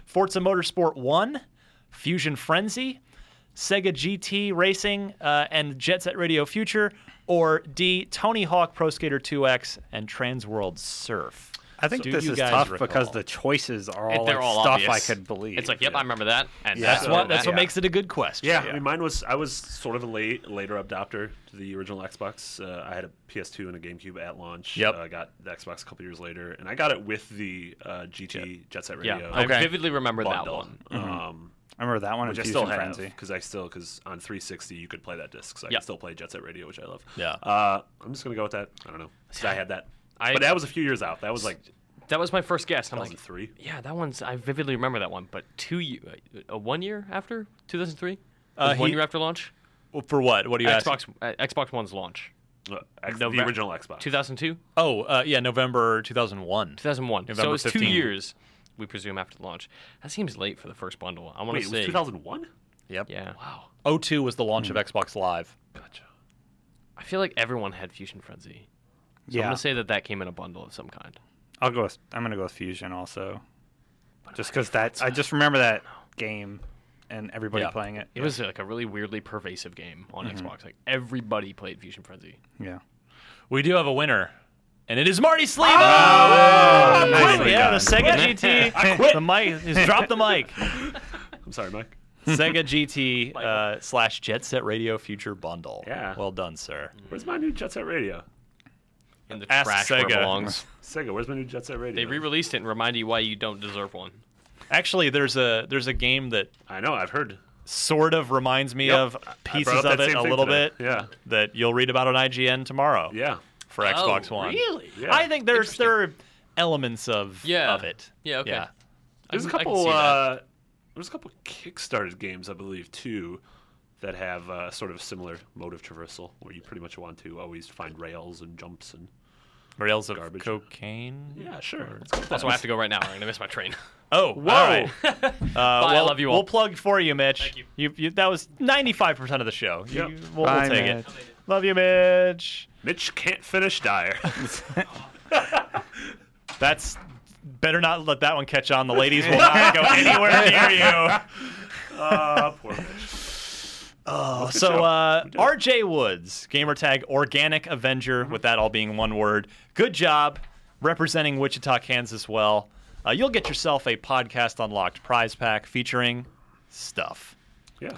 C: Forza Motorsport One, Fusion Frenzy, Sega GT Racing, uh, and Jet Set Radio Future, or D Tony Hawk Pro Skater 2X and Trans World Surf?
H: I think
C: Do
H: this
C: you
H: is
C: guys
H: tough
C: recall?
H: because the choices are
F: It-
H: all,
F: they're
H: like,
F: all
H: stuff
F: obvious.
H: I could believe.
F: It's like, yep, I remember that. And
H: Yeah.
C: That's
F: that.
H: So
C: what that's what
H: Oh, yeah.
C: makes it a good question.
D: Yeah, I mean, mine was I was sort of a late later adopter to the original Xbox. Uh, I had a PS2 and a GameCube at launch.
C: Yep.
D: uh, got the Xbox a couple years later, and I got it with the uh, GT Jet Set
F: Yeah,
D: Radio.
F: I
H: Okay.
F: vividly remember that
D: bundle.
F: one.
D: Um,
H: I remember that one.
D: which I
H: and
D: still
H: Fusion
D: have
H: Frenzy.
D: because I still because on 360 you could play that disc, so I
F: Yeah.
D: can still play Jet Set Radio, which I love.
C: Yeah.
D: uh, I'm just gonna go with that. I don't know. 'cause I had that,
F: I-
D: but that was a few years out. That was like
F: That was my first guess. and I'm like,
D: 2003.
F: yeah, that one's. I vividly remember that one. But two, ye- uh, one year after 2003,
C: Uh,
F: Was one
C: he-
F: year after launch,
C: Well, For what? What do you ask?
F: Xbox uh, Xbox One's launch,
D: Uh, X, the
F: Nove-
D: original Xbox.
F: 2002,
C: Oh, uh, yeah, November 2001.
F: 2001. so
C: November
F: it was two
C: 15.
F: years, we presume, after the launch. That seems late for the first bundle. I want
D: Wait,
F: to
D: it
F: say,
D: was 2001.
C: Yep.
F: yeah, wow.
C: 02 was the launch
H: Hmm.
C: of Xbox Live.
D: Gotcha.
F: I feel like everyone had Fusion Frenzy. So I'm
H: yeah,
F: gonna say that that came in a bundle of some kind.
H: I'll go. With, I'm gonna go with Fusion also, just because that I just remember that game and everybody
C: Yeah.
H: playing it.
F: It was like a really weirdly pervasive game on Xbox. Like everybody played Fusion Frenzy.
H: Yeah.
C: We do have a winner, and it is Marty Sleeve.
H: Oh! Nicely
C: yeah,
H: done.
C: the Sega GT. The mic. Just drop the mic.
D: I'm sorry, Mike.
C: Sega GT uh, slash Jet Set Radio Future Bundle.
D: Yeah. Mm.
C: Well done, sir.
D: Where's my new Jet Set Radio?
F: In the
C: Ask
F: trash where it
C: Sega.
F: belongs.
D: Sega, where's my new Jet Set Radio?
F: They re-released it and remind you why you don't deserve one.
C: Actually, there's a there's a game that
D: I know. I've heard
C: sort of reminds me
D: Yep.
C: of
D: I brought
C: pieces
D: up
C: of
D: that
C: it
D: same
C: a
D: thing
C: little
D: today.
C: bit.
D: Yeah.
C: That you'll read about on IGN tomorrow.
D: Yeah.
C: for Xbox One.
F: Oh, really?
D: Yeah.
C: I think there's there are elements of
F: Yeah.
C: of it.
F: Yeah, okay.
D: There's a
F: I can- I can
D: couple.
F: see that.
D: Uh, there's a couple Kickstarter games, I believe, too, that have uh, sort of similar mode of traversal, where you pretty much want to always find rails and jumps and
C: Rails of cocaine.
F: Yeah, sure. Also, I have to go right now. I'm gonna miss my train.
C: Oh, whoa! uh,
F: I
C: we'll-
F: love you all.
C: We'll plug for you, Mitch. Thank you. You, that was 95% of the show. You-
D: Yep.
C: we'll- we'll,
H: Bye,
C: take
H: Mitch.
C: it. Love you, Mitch.
D: Mitch can't finish Dyer.
C: That's better not let that one catch on. The ladies will not go anywhere near you.
D: uh, poor Mitch.
C: Oh, so uh, RJ Woods, gamertag Organic Avenger, with that all being one word. Good job representing Wichita, Kansas well. Uh, you'll get yourself a podcast unlocked prize pack featuring stuff.
D: Yeah.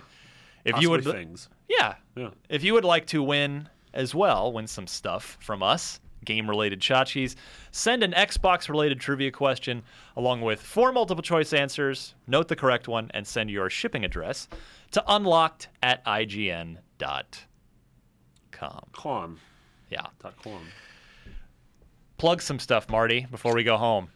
C: If
D: Possibly
C: you would,
D: things.
C: yeah,
D: Yeah.
C: if you would like to win as well, win some stuff from us, game related tchotchkes, send an Xbox related trivia question along with four multiple choice answers, note the correct one, and send your shipping address to unlocked at ign.com.
D: Quam.
C: Yeah.
D: Dot quam.
C: Plug some stuff, Marty, before we go home.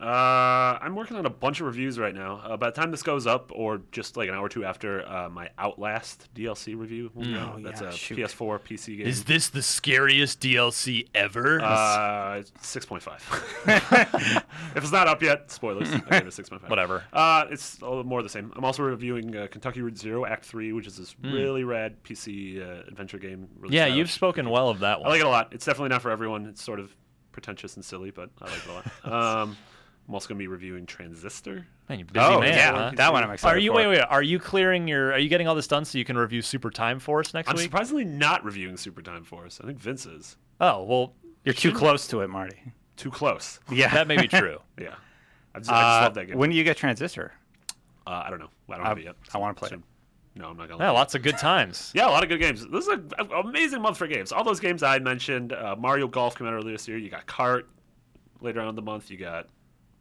D: Uh, I'm working on a bunch of reviews right now. Uh, by the time this goes up, or just like an hour or two after, uh, my Outlast DLC review.
C: Mm.
D: will be out.
C: Oh,
D: That's a PS4 PC game.
C: this the scariest DLC ever?
D: Uh, six point five. if it's not up yet, spoilers. I gave it six point five.
C: Whatever.
D: Uh, it's all- more of the same. I'm also reviewing uh, Kentucky Route Zero Act Three, which is this really rad PC uh, adventure game. Really
C: Hmm. yeah,
D: stylish.
C: you've spoken well of that
D: I
C: one.
D: like it a lot. It's definitely not for everyone. It's sort of pretentious and silly, but I like it a lot. Um, I'm also gonna be reviewing Transistor.
C: Man, you busy
H: Oh
C: man.
H: yeah,
C: huh?
H: that one I'm excited
C: Are you
H: for.
C: wait wait? Are you clearing your? Are you getting all this done so you can review Super Time Force next
D: I'm
C: week?
D: surprisingly not reviewing Super Time Force. I think Vince is
C: Oh well,
H: You're too close to it, Marty.
D: too close.
H: Yeah,
C: that may be true.
D: Yeah, I just, I just
H: Uh,
D: love that game.
H: When do you get Transistor?
D: uh, I don't know. I don't
H: I,
D: have it yet.
H: I want to play it.
D: Soon. No, I'm not gonna.
C: yeah,
D: lie.
C: lots of good times.
D: Yeah, a lot of good games. This is an amazing month for games. All those games I mentioned, uh, Mario Golf came out earlier this year. You got Kart later on in the month. You got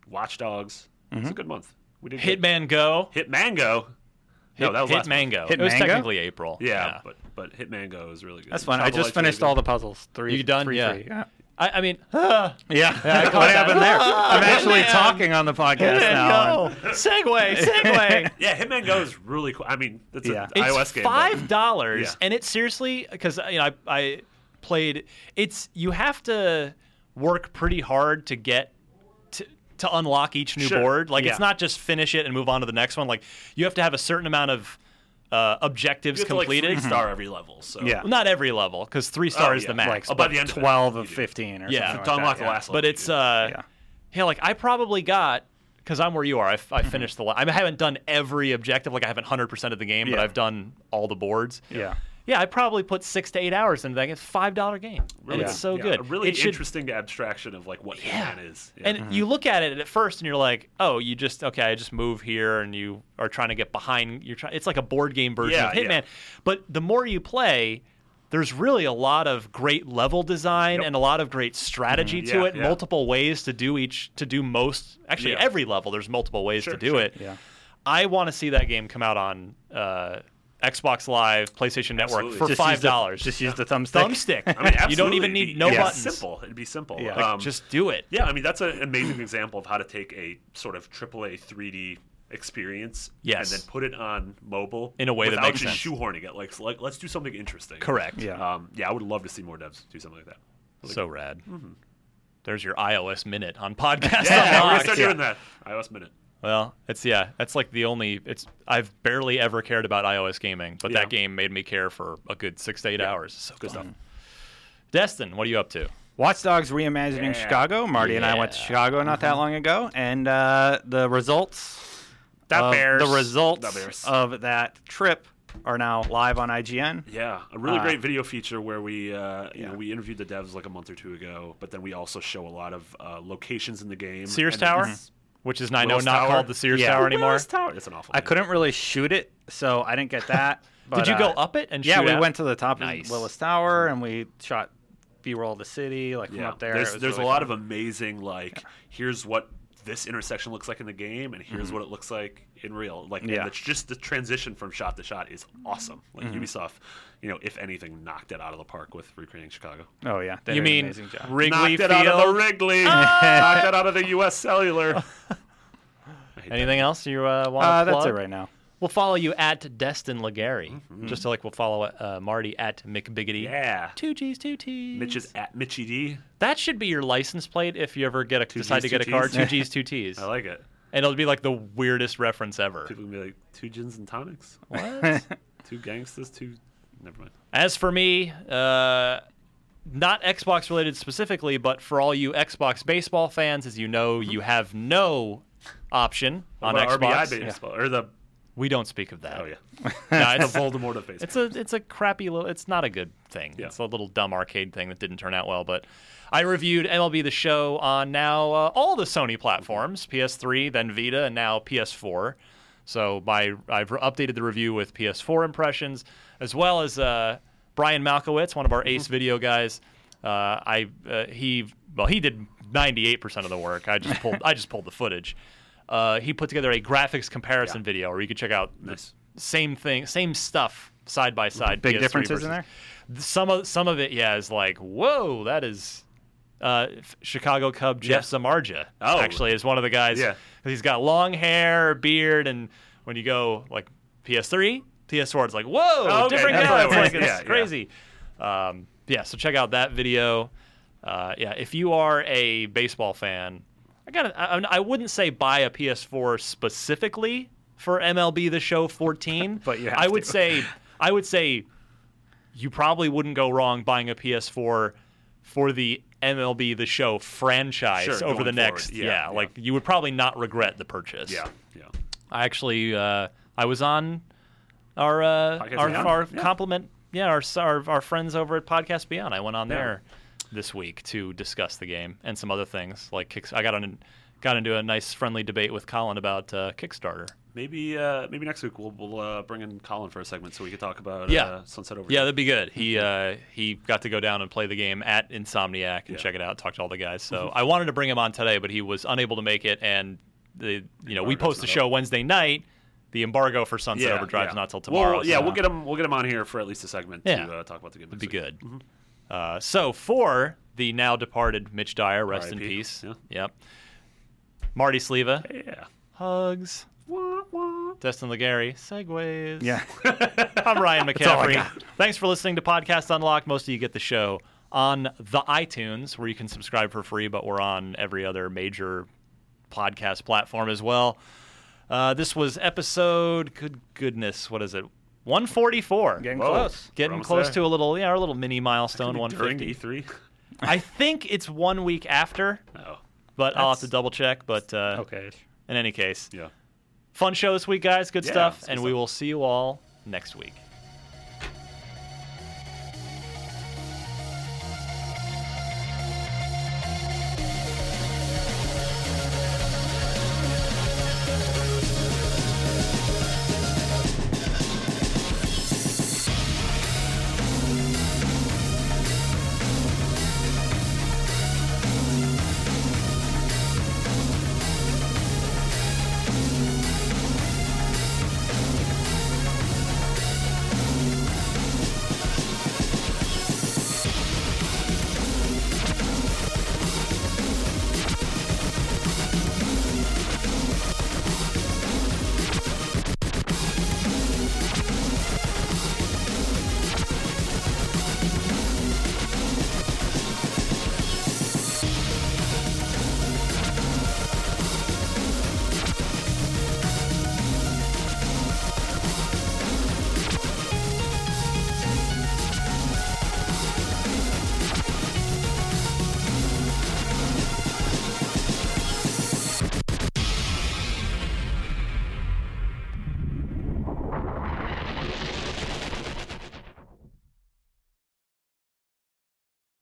D: Watch Dogs.
H: Mm-hmm.
D: It's a good month. We did good.
C: Hitman Go.
D: Hit Mango. no,
C: Hit-
D: that was
C: Hit
D: last month.
C: Mango.
H: Hit
C: it was
H: Mango?
C: technically April.
D: Yeah, but but Hit Mango is really good.
H: That's fun. I just finished all the puzzles. Three.
C: You done?
H: Three,
C: Yeah.
H: Three. Yeah.
C: I, I mean,
H: Yeah.
C: I caught
H: what
C: that.
H: happened there? I'm actually
C: man.
H: talking on the podcast
C: Hitman
H: now. and-
C: Go. Segway, Segway.
D: Yeah, Hitman Go is really cool. I mean, it's
H: Yeah.
D: an
H: It's
D: iOS game. but-
C: five dollars,
D: Yeah.
C: and it's seriously because you know I, I played. It's you have to work pretty hard to get to, to unlock each new
D: Sure.
C: board. Like it's
D: Yeah.
C: not just finish it and move on to the next one. Like you have to have a certain amount of uh, objectives
D: You have to, like,
C: completed. Mm-hmm.
D: three star every level. So
H: Yeah.
C: Well, not every level because three star
D: Oh,
C: is the
D: yeah.
C: max.
D: Like,
C: but
D: by the end of it,
H: Twelve
D: you
H: of
D: do.
H: fifteen or
C: Yeah.
H: something.
D: to
H: like
D: unlock
H: that,
D: the
H: yeah.
D: last level.
C: but
D: you
C: it's
D: do.
C: uh,
H: Yeah.
C: yeah, like I probably got because I'm where you are. I, f- I
D: Mm-hmm.
C: finished the. La- I haven't done every objective. Like I haven't hundred percent of the game, but
H: Yeah.
C: I've done all the boards.
H: Yeah.
C: Yeah, I probably put six to eight hours into that. game. It's a five dollar game.
D: Really-
C: it's so
D: yeah,
C: good.
D: A really
C: It should-
D: interesting abstraction of like what
C: Yeah.
D: Hitman is. Yeah.
C: And you look at it at first, and you're like, "Oh, you just okay. I just move here, and you are trying to get behind. You're trying. It's like a board game version
D: Yeah,
C: of
D: yeah.
C: Hitman. But the more you play, there's really a lot of great level design
D: Yep. Mm-hmm.
C: and a lot of great strategy to
D: Yeah,
C: it.
D: yeah.
C: Multiple ways to do each to do most. Actually,
D: Yeah.
C: every level there's multiple ways
D: Sure,
C: to do
D: sure.
C: it.
H: Yeah.
C: I want to see that game come out on uh, Xbox Live, PlayStation Network
D: Absolutely.
C: for
H: Just use the-
C: five dollars.
H: Just use the thumbstick.
C: thumbstick.
D: I mean,
C: you don't
D: absolutely, it'd
C: even need
D: be-
C: no
D: it'd be
C: buttons.
D: Simple. It'd be simple.
H: Yeah.
C: Like,
D: Um,
C: just do it.
D: Yeah, I mean that's an amazing example of how to take a sort of AAA 3D experience
C: Yes.
D: and then put it on mobile
C: In a way that
D: without
C: makes
D: just
C: sense.
D: shoehorning it. Like, like let's do something interesting.
C: Correct.
H: Yeah.
D: Um, yeah, I would love to see more devs do something like that.
C: So rad. There's your iOS minute on podcast.
D: Yeah, we're gonna
C: Unlocked.
D: start doing that. iOS minute.
C: Well, it's yeah, that's like the only it's I've barely ever cared about iOS gaming, but
D: Yeah.
C: that game made me care for a good six to eight hours. So
D: Good stuff.
C: Destin, what are you up to?
H: Watch Dogs reimagining Chicago. Marty and I went to
C: Yeah.
H: Chicago not that long ago, and uh, the results.
C: That
H: of-
C: bears.
H: Um, The
D: That
H: results
D: bears.
H: of that trip are now live on IGN.
D: Yeah, a really
H: Uh,
D: great video feature where we, uh, you
H: yeah.
D: know, we interviewed the devs like a month or two ago, but then we also show a lot of uh, locations in the game.
C: Sears
D: and
C: Tower?
D: it's-
C: Which is I know
D: Will's
C: not
D: Tower?
C: called the Sears
H: Yeah.
C: Tower anymore.
D: Sears Tower. It's an awful.
H: I
D: name.
H: couldn't really shoot it, so I didn't get that. but,
C: Did you go
H: uh,
C: up it and
H: Yeah,
C: shoot
H: we
C: at-
H: went to the top
C: Nice.
H: of Willis Tower and we shot B-roll of the city, like from
D: Yeah.
H: up there.
D: There's, there's a lot of amazing like here's what this intersection looks like in the game and here's what it looks like in real. Like and
H: Mm-hmm. Yeah. Mm-hmm.
D: it's just the transition from shot to shot is awesome. Like Ubisoft, you know, if anything, knocked it out of the park with recreating Chicago.
H: of. Oh yeah, they
C: You
H: did an
C: mean
H: amazing job.
C: Wrigley
D: knocked it out of the
C: Field?
D: Wrigley. knocked it out of the U.S. Cellular. I hate that.
C: Anything else you uh, want
H: Uh,
C: to
H: that's
C: plug?
H: it right now.
C: We'll follow you at Destin Legary, just like we'll follow uh, Marty at McBiggity.
D: Mm-hmm. Yeah.
C: Two G's, two T's.
D: Mitch is at Mitchy D.
C: That should be your license plate if you ever get a,
D: Two
C: decide
D: Gs,
C: to get
D: two
C: a car.
D: Ts.
C: Two G's, two T's.
D: I like it.
C: And it'll be like the weirdest reference ever.
D: People can be like two gins and tonics.
C: What?
D: two gangsters. Two. Never mind.
C: As for me, uh, not Xbox related specifically, but for all you Xbox baseball fans, as you know, you have no option
D: Mm-hmm. What
C: on
D: about
C: Xbox.
D: RBI baseball or the
C: We don't speak of that.
D: oh yeah the
C: No, it's-
D: Voldemort of baseball.
C: It's a it's a crappy little. It's not a good thing.
D: Yeah.
C: It's a little dumb arcade thing that didn't turn out well. But I reviewed MLB the Show on now uh, all the Sony platforms: PS3, then Vita, and now PS4. So my I've updated the review with PS4 impressions as well as uh, Brian Malkowitz, one of our Ace Video guys. Uh, I uh, he well he did 98% of the work. I just pulled I just pulled the footage. Uh, he put together a graphics comparison video where you could check out the
D: Nice.
C: same thing, same stuff side by side.
H: Big
C: PS3
H: differences in
C: versus-
H: there?
C: Some of some of it, yeah, is like whoa, that is. Uh, F- Chicago Cub Jeff Samarja
D: Oh.
C: actually is one of the guys.
D: Yeah.
C: 'Cause he's got long hair, beard, and when you go like PS3, PS4, it's like whoa,
D: Oh, okay,
C: different
D: that's
C: guy.
D: how it
C: It's like
D: works.
C: it's
D: Yeah, yeah.
C: crazy. Yeah. Um, yeah, so check out that video. Uh, yeah, if you are a baseball fan, I got. I, I'm- I wouldn't say buy a PS4 specifically for MLB The Show 14,
H: But you have
C: I would
H: to.
C: say, I would say, you probably wouldn't go wrong buying a PS4 for the MLB The Show franchise
D: Sure,
C: over
D: going
C: the next.
D: forward. Yeah, yeah.
C: like you would probably not regret the purchase.
D: yeah yeah.
C: I actually uh, I was on our uh,
D: Podcast
C: our,
D: Beyond?
C: our
D: Yeah.
C: compliment yeah our, our our friends over at Podcast Beyond. I went on there this week to discuss the game and some other things like kicks. I got on got into a nice friendly debate with Colin about uh, Kickstarter.
D: Maybe uh, maybe next week we'll we'll uh, bring in Colin for a segment so we can talk about
C: Yeah.
D: uh, Sunset Over.
C: Yeah, that'd be good. He uh, he got to go down and play the game at Insomniac and
D: Yeah.
C: check it out. Talk to all the guys. So I wanted to bring him on today, but he was unable to make it. And the you know we
D: Embargo's
C: post the
D: not
C: show
D: up.
C: Wednesday night. The embargo for Sunset
D: yeah,
C: Overdrive's
D: yeah.
C: not till tomorrow.
D: Well, yeah,
C: so-
D: we'll get him we'll get him on here for at least a segment
C: Yeah.
D: to uh, talk about the game.
C: would
D: next
C: be
D: week.
C: good. Uh, so for the now departed Mitch Dyer, rest in
D: R.I.P.,
C: peace.
D: yeah.
C: Yep. Marty Sleva,
D: Yeah.
C: hugs. Destin Legary, segues.
H: Yeah.
C: I'm Ryan
H: all I
C: McCaffrey. Thanks for listening to Podcast Unlocked. Most of you get the show on the iTunes, where you can subscribe for free, but we're on every other major podcast platform as well. Uh, this was episode, good goodness, what is it? 144.
H: Getting
D: Whoa.
H: close.
D: We're
C: Getting
D: almost
C: close
D: there.
C: to a little, yeah, our little mini milestone.
D: Maybe during
C: 150.
D: E3.
C: I think it's one week after,
D: Oh,
C: but I'll have to double check. But uh,
H: Okay.
C: in any case,
D: yeah.
C: fun show this week, guys. Good
D: Yeah,
C: stuff,
D: it's good
C: and we
D: stuff.
C: will see you all next week.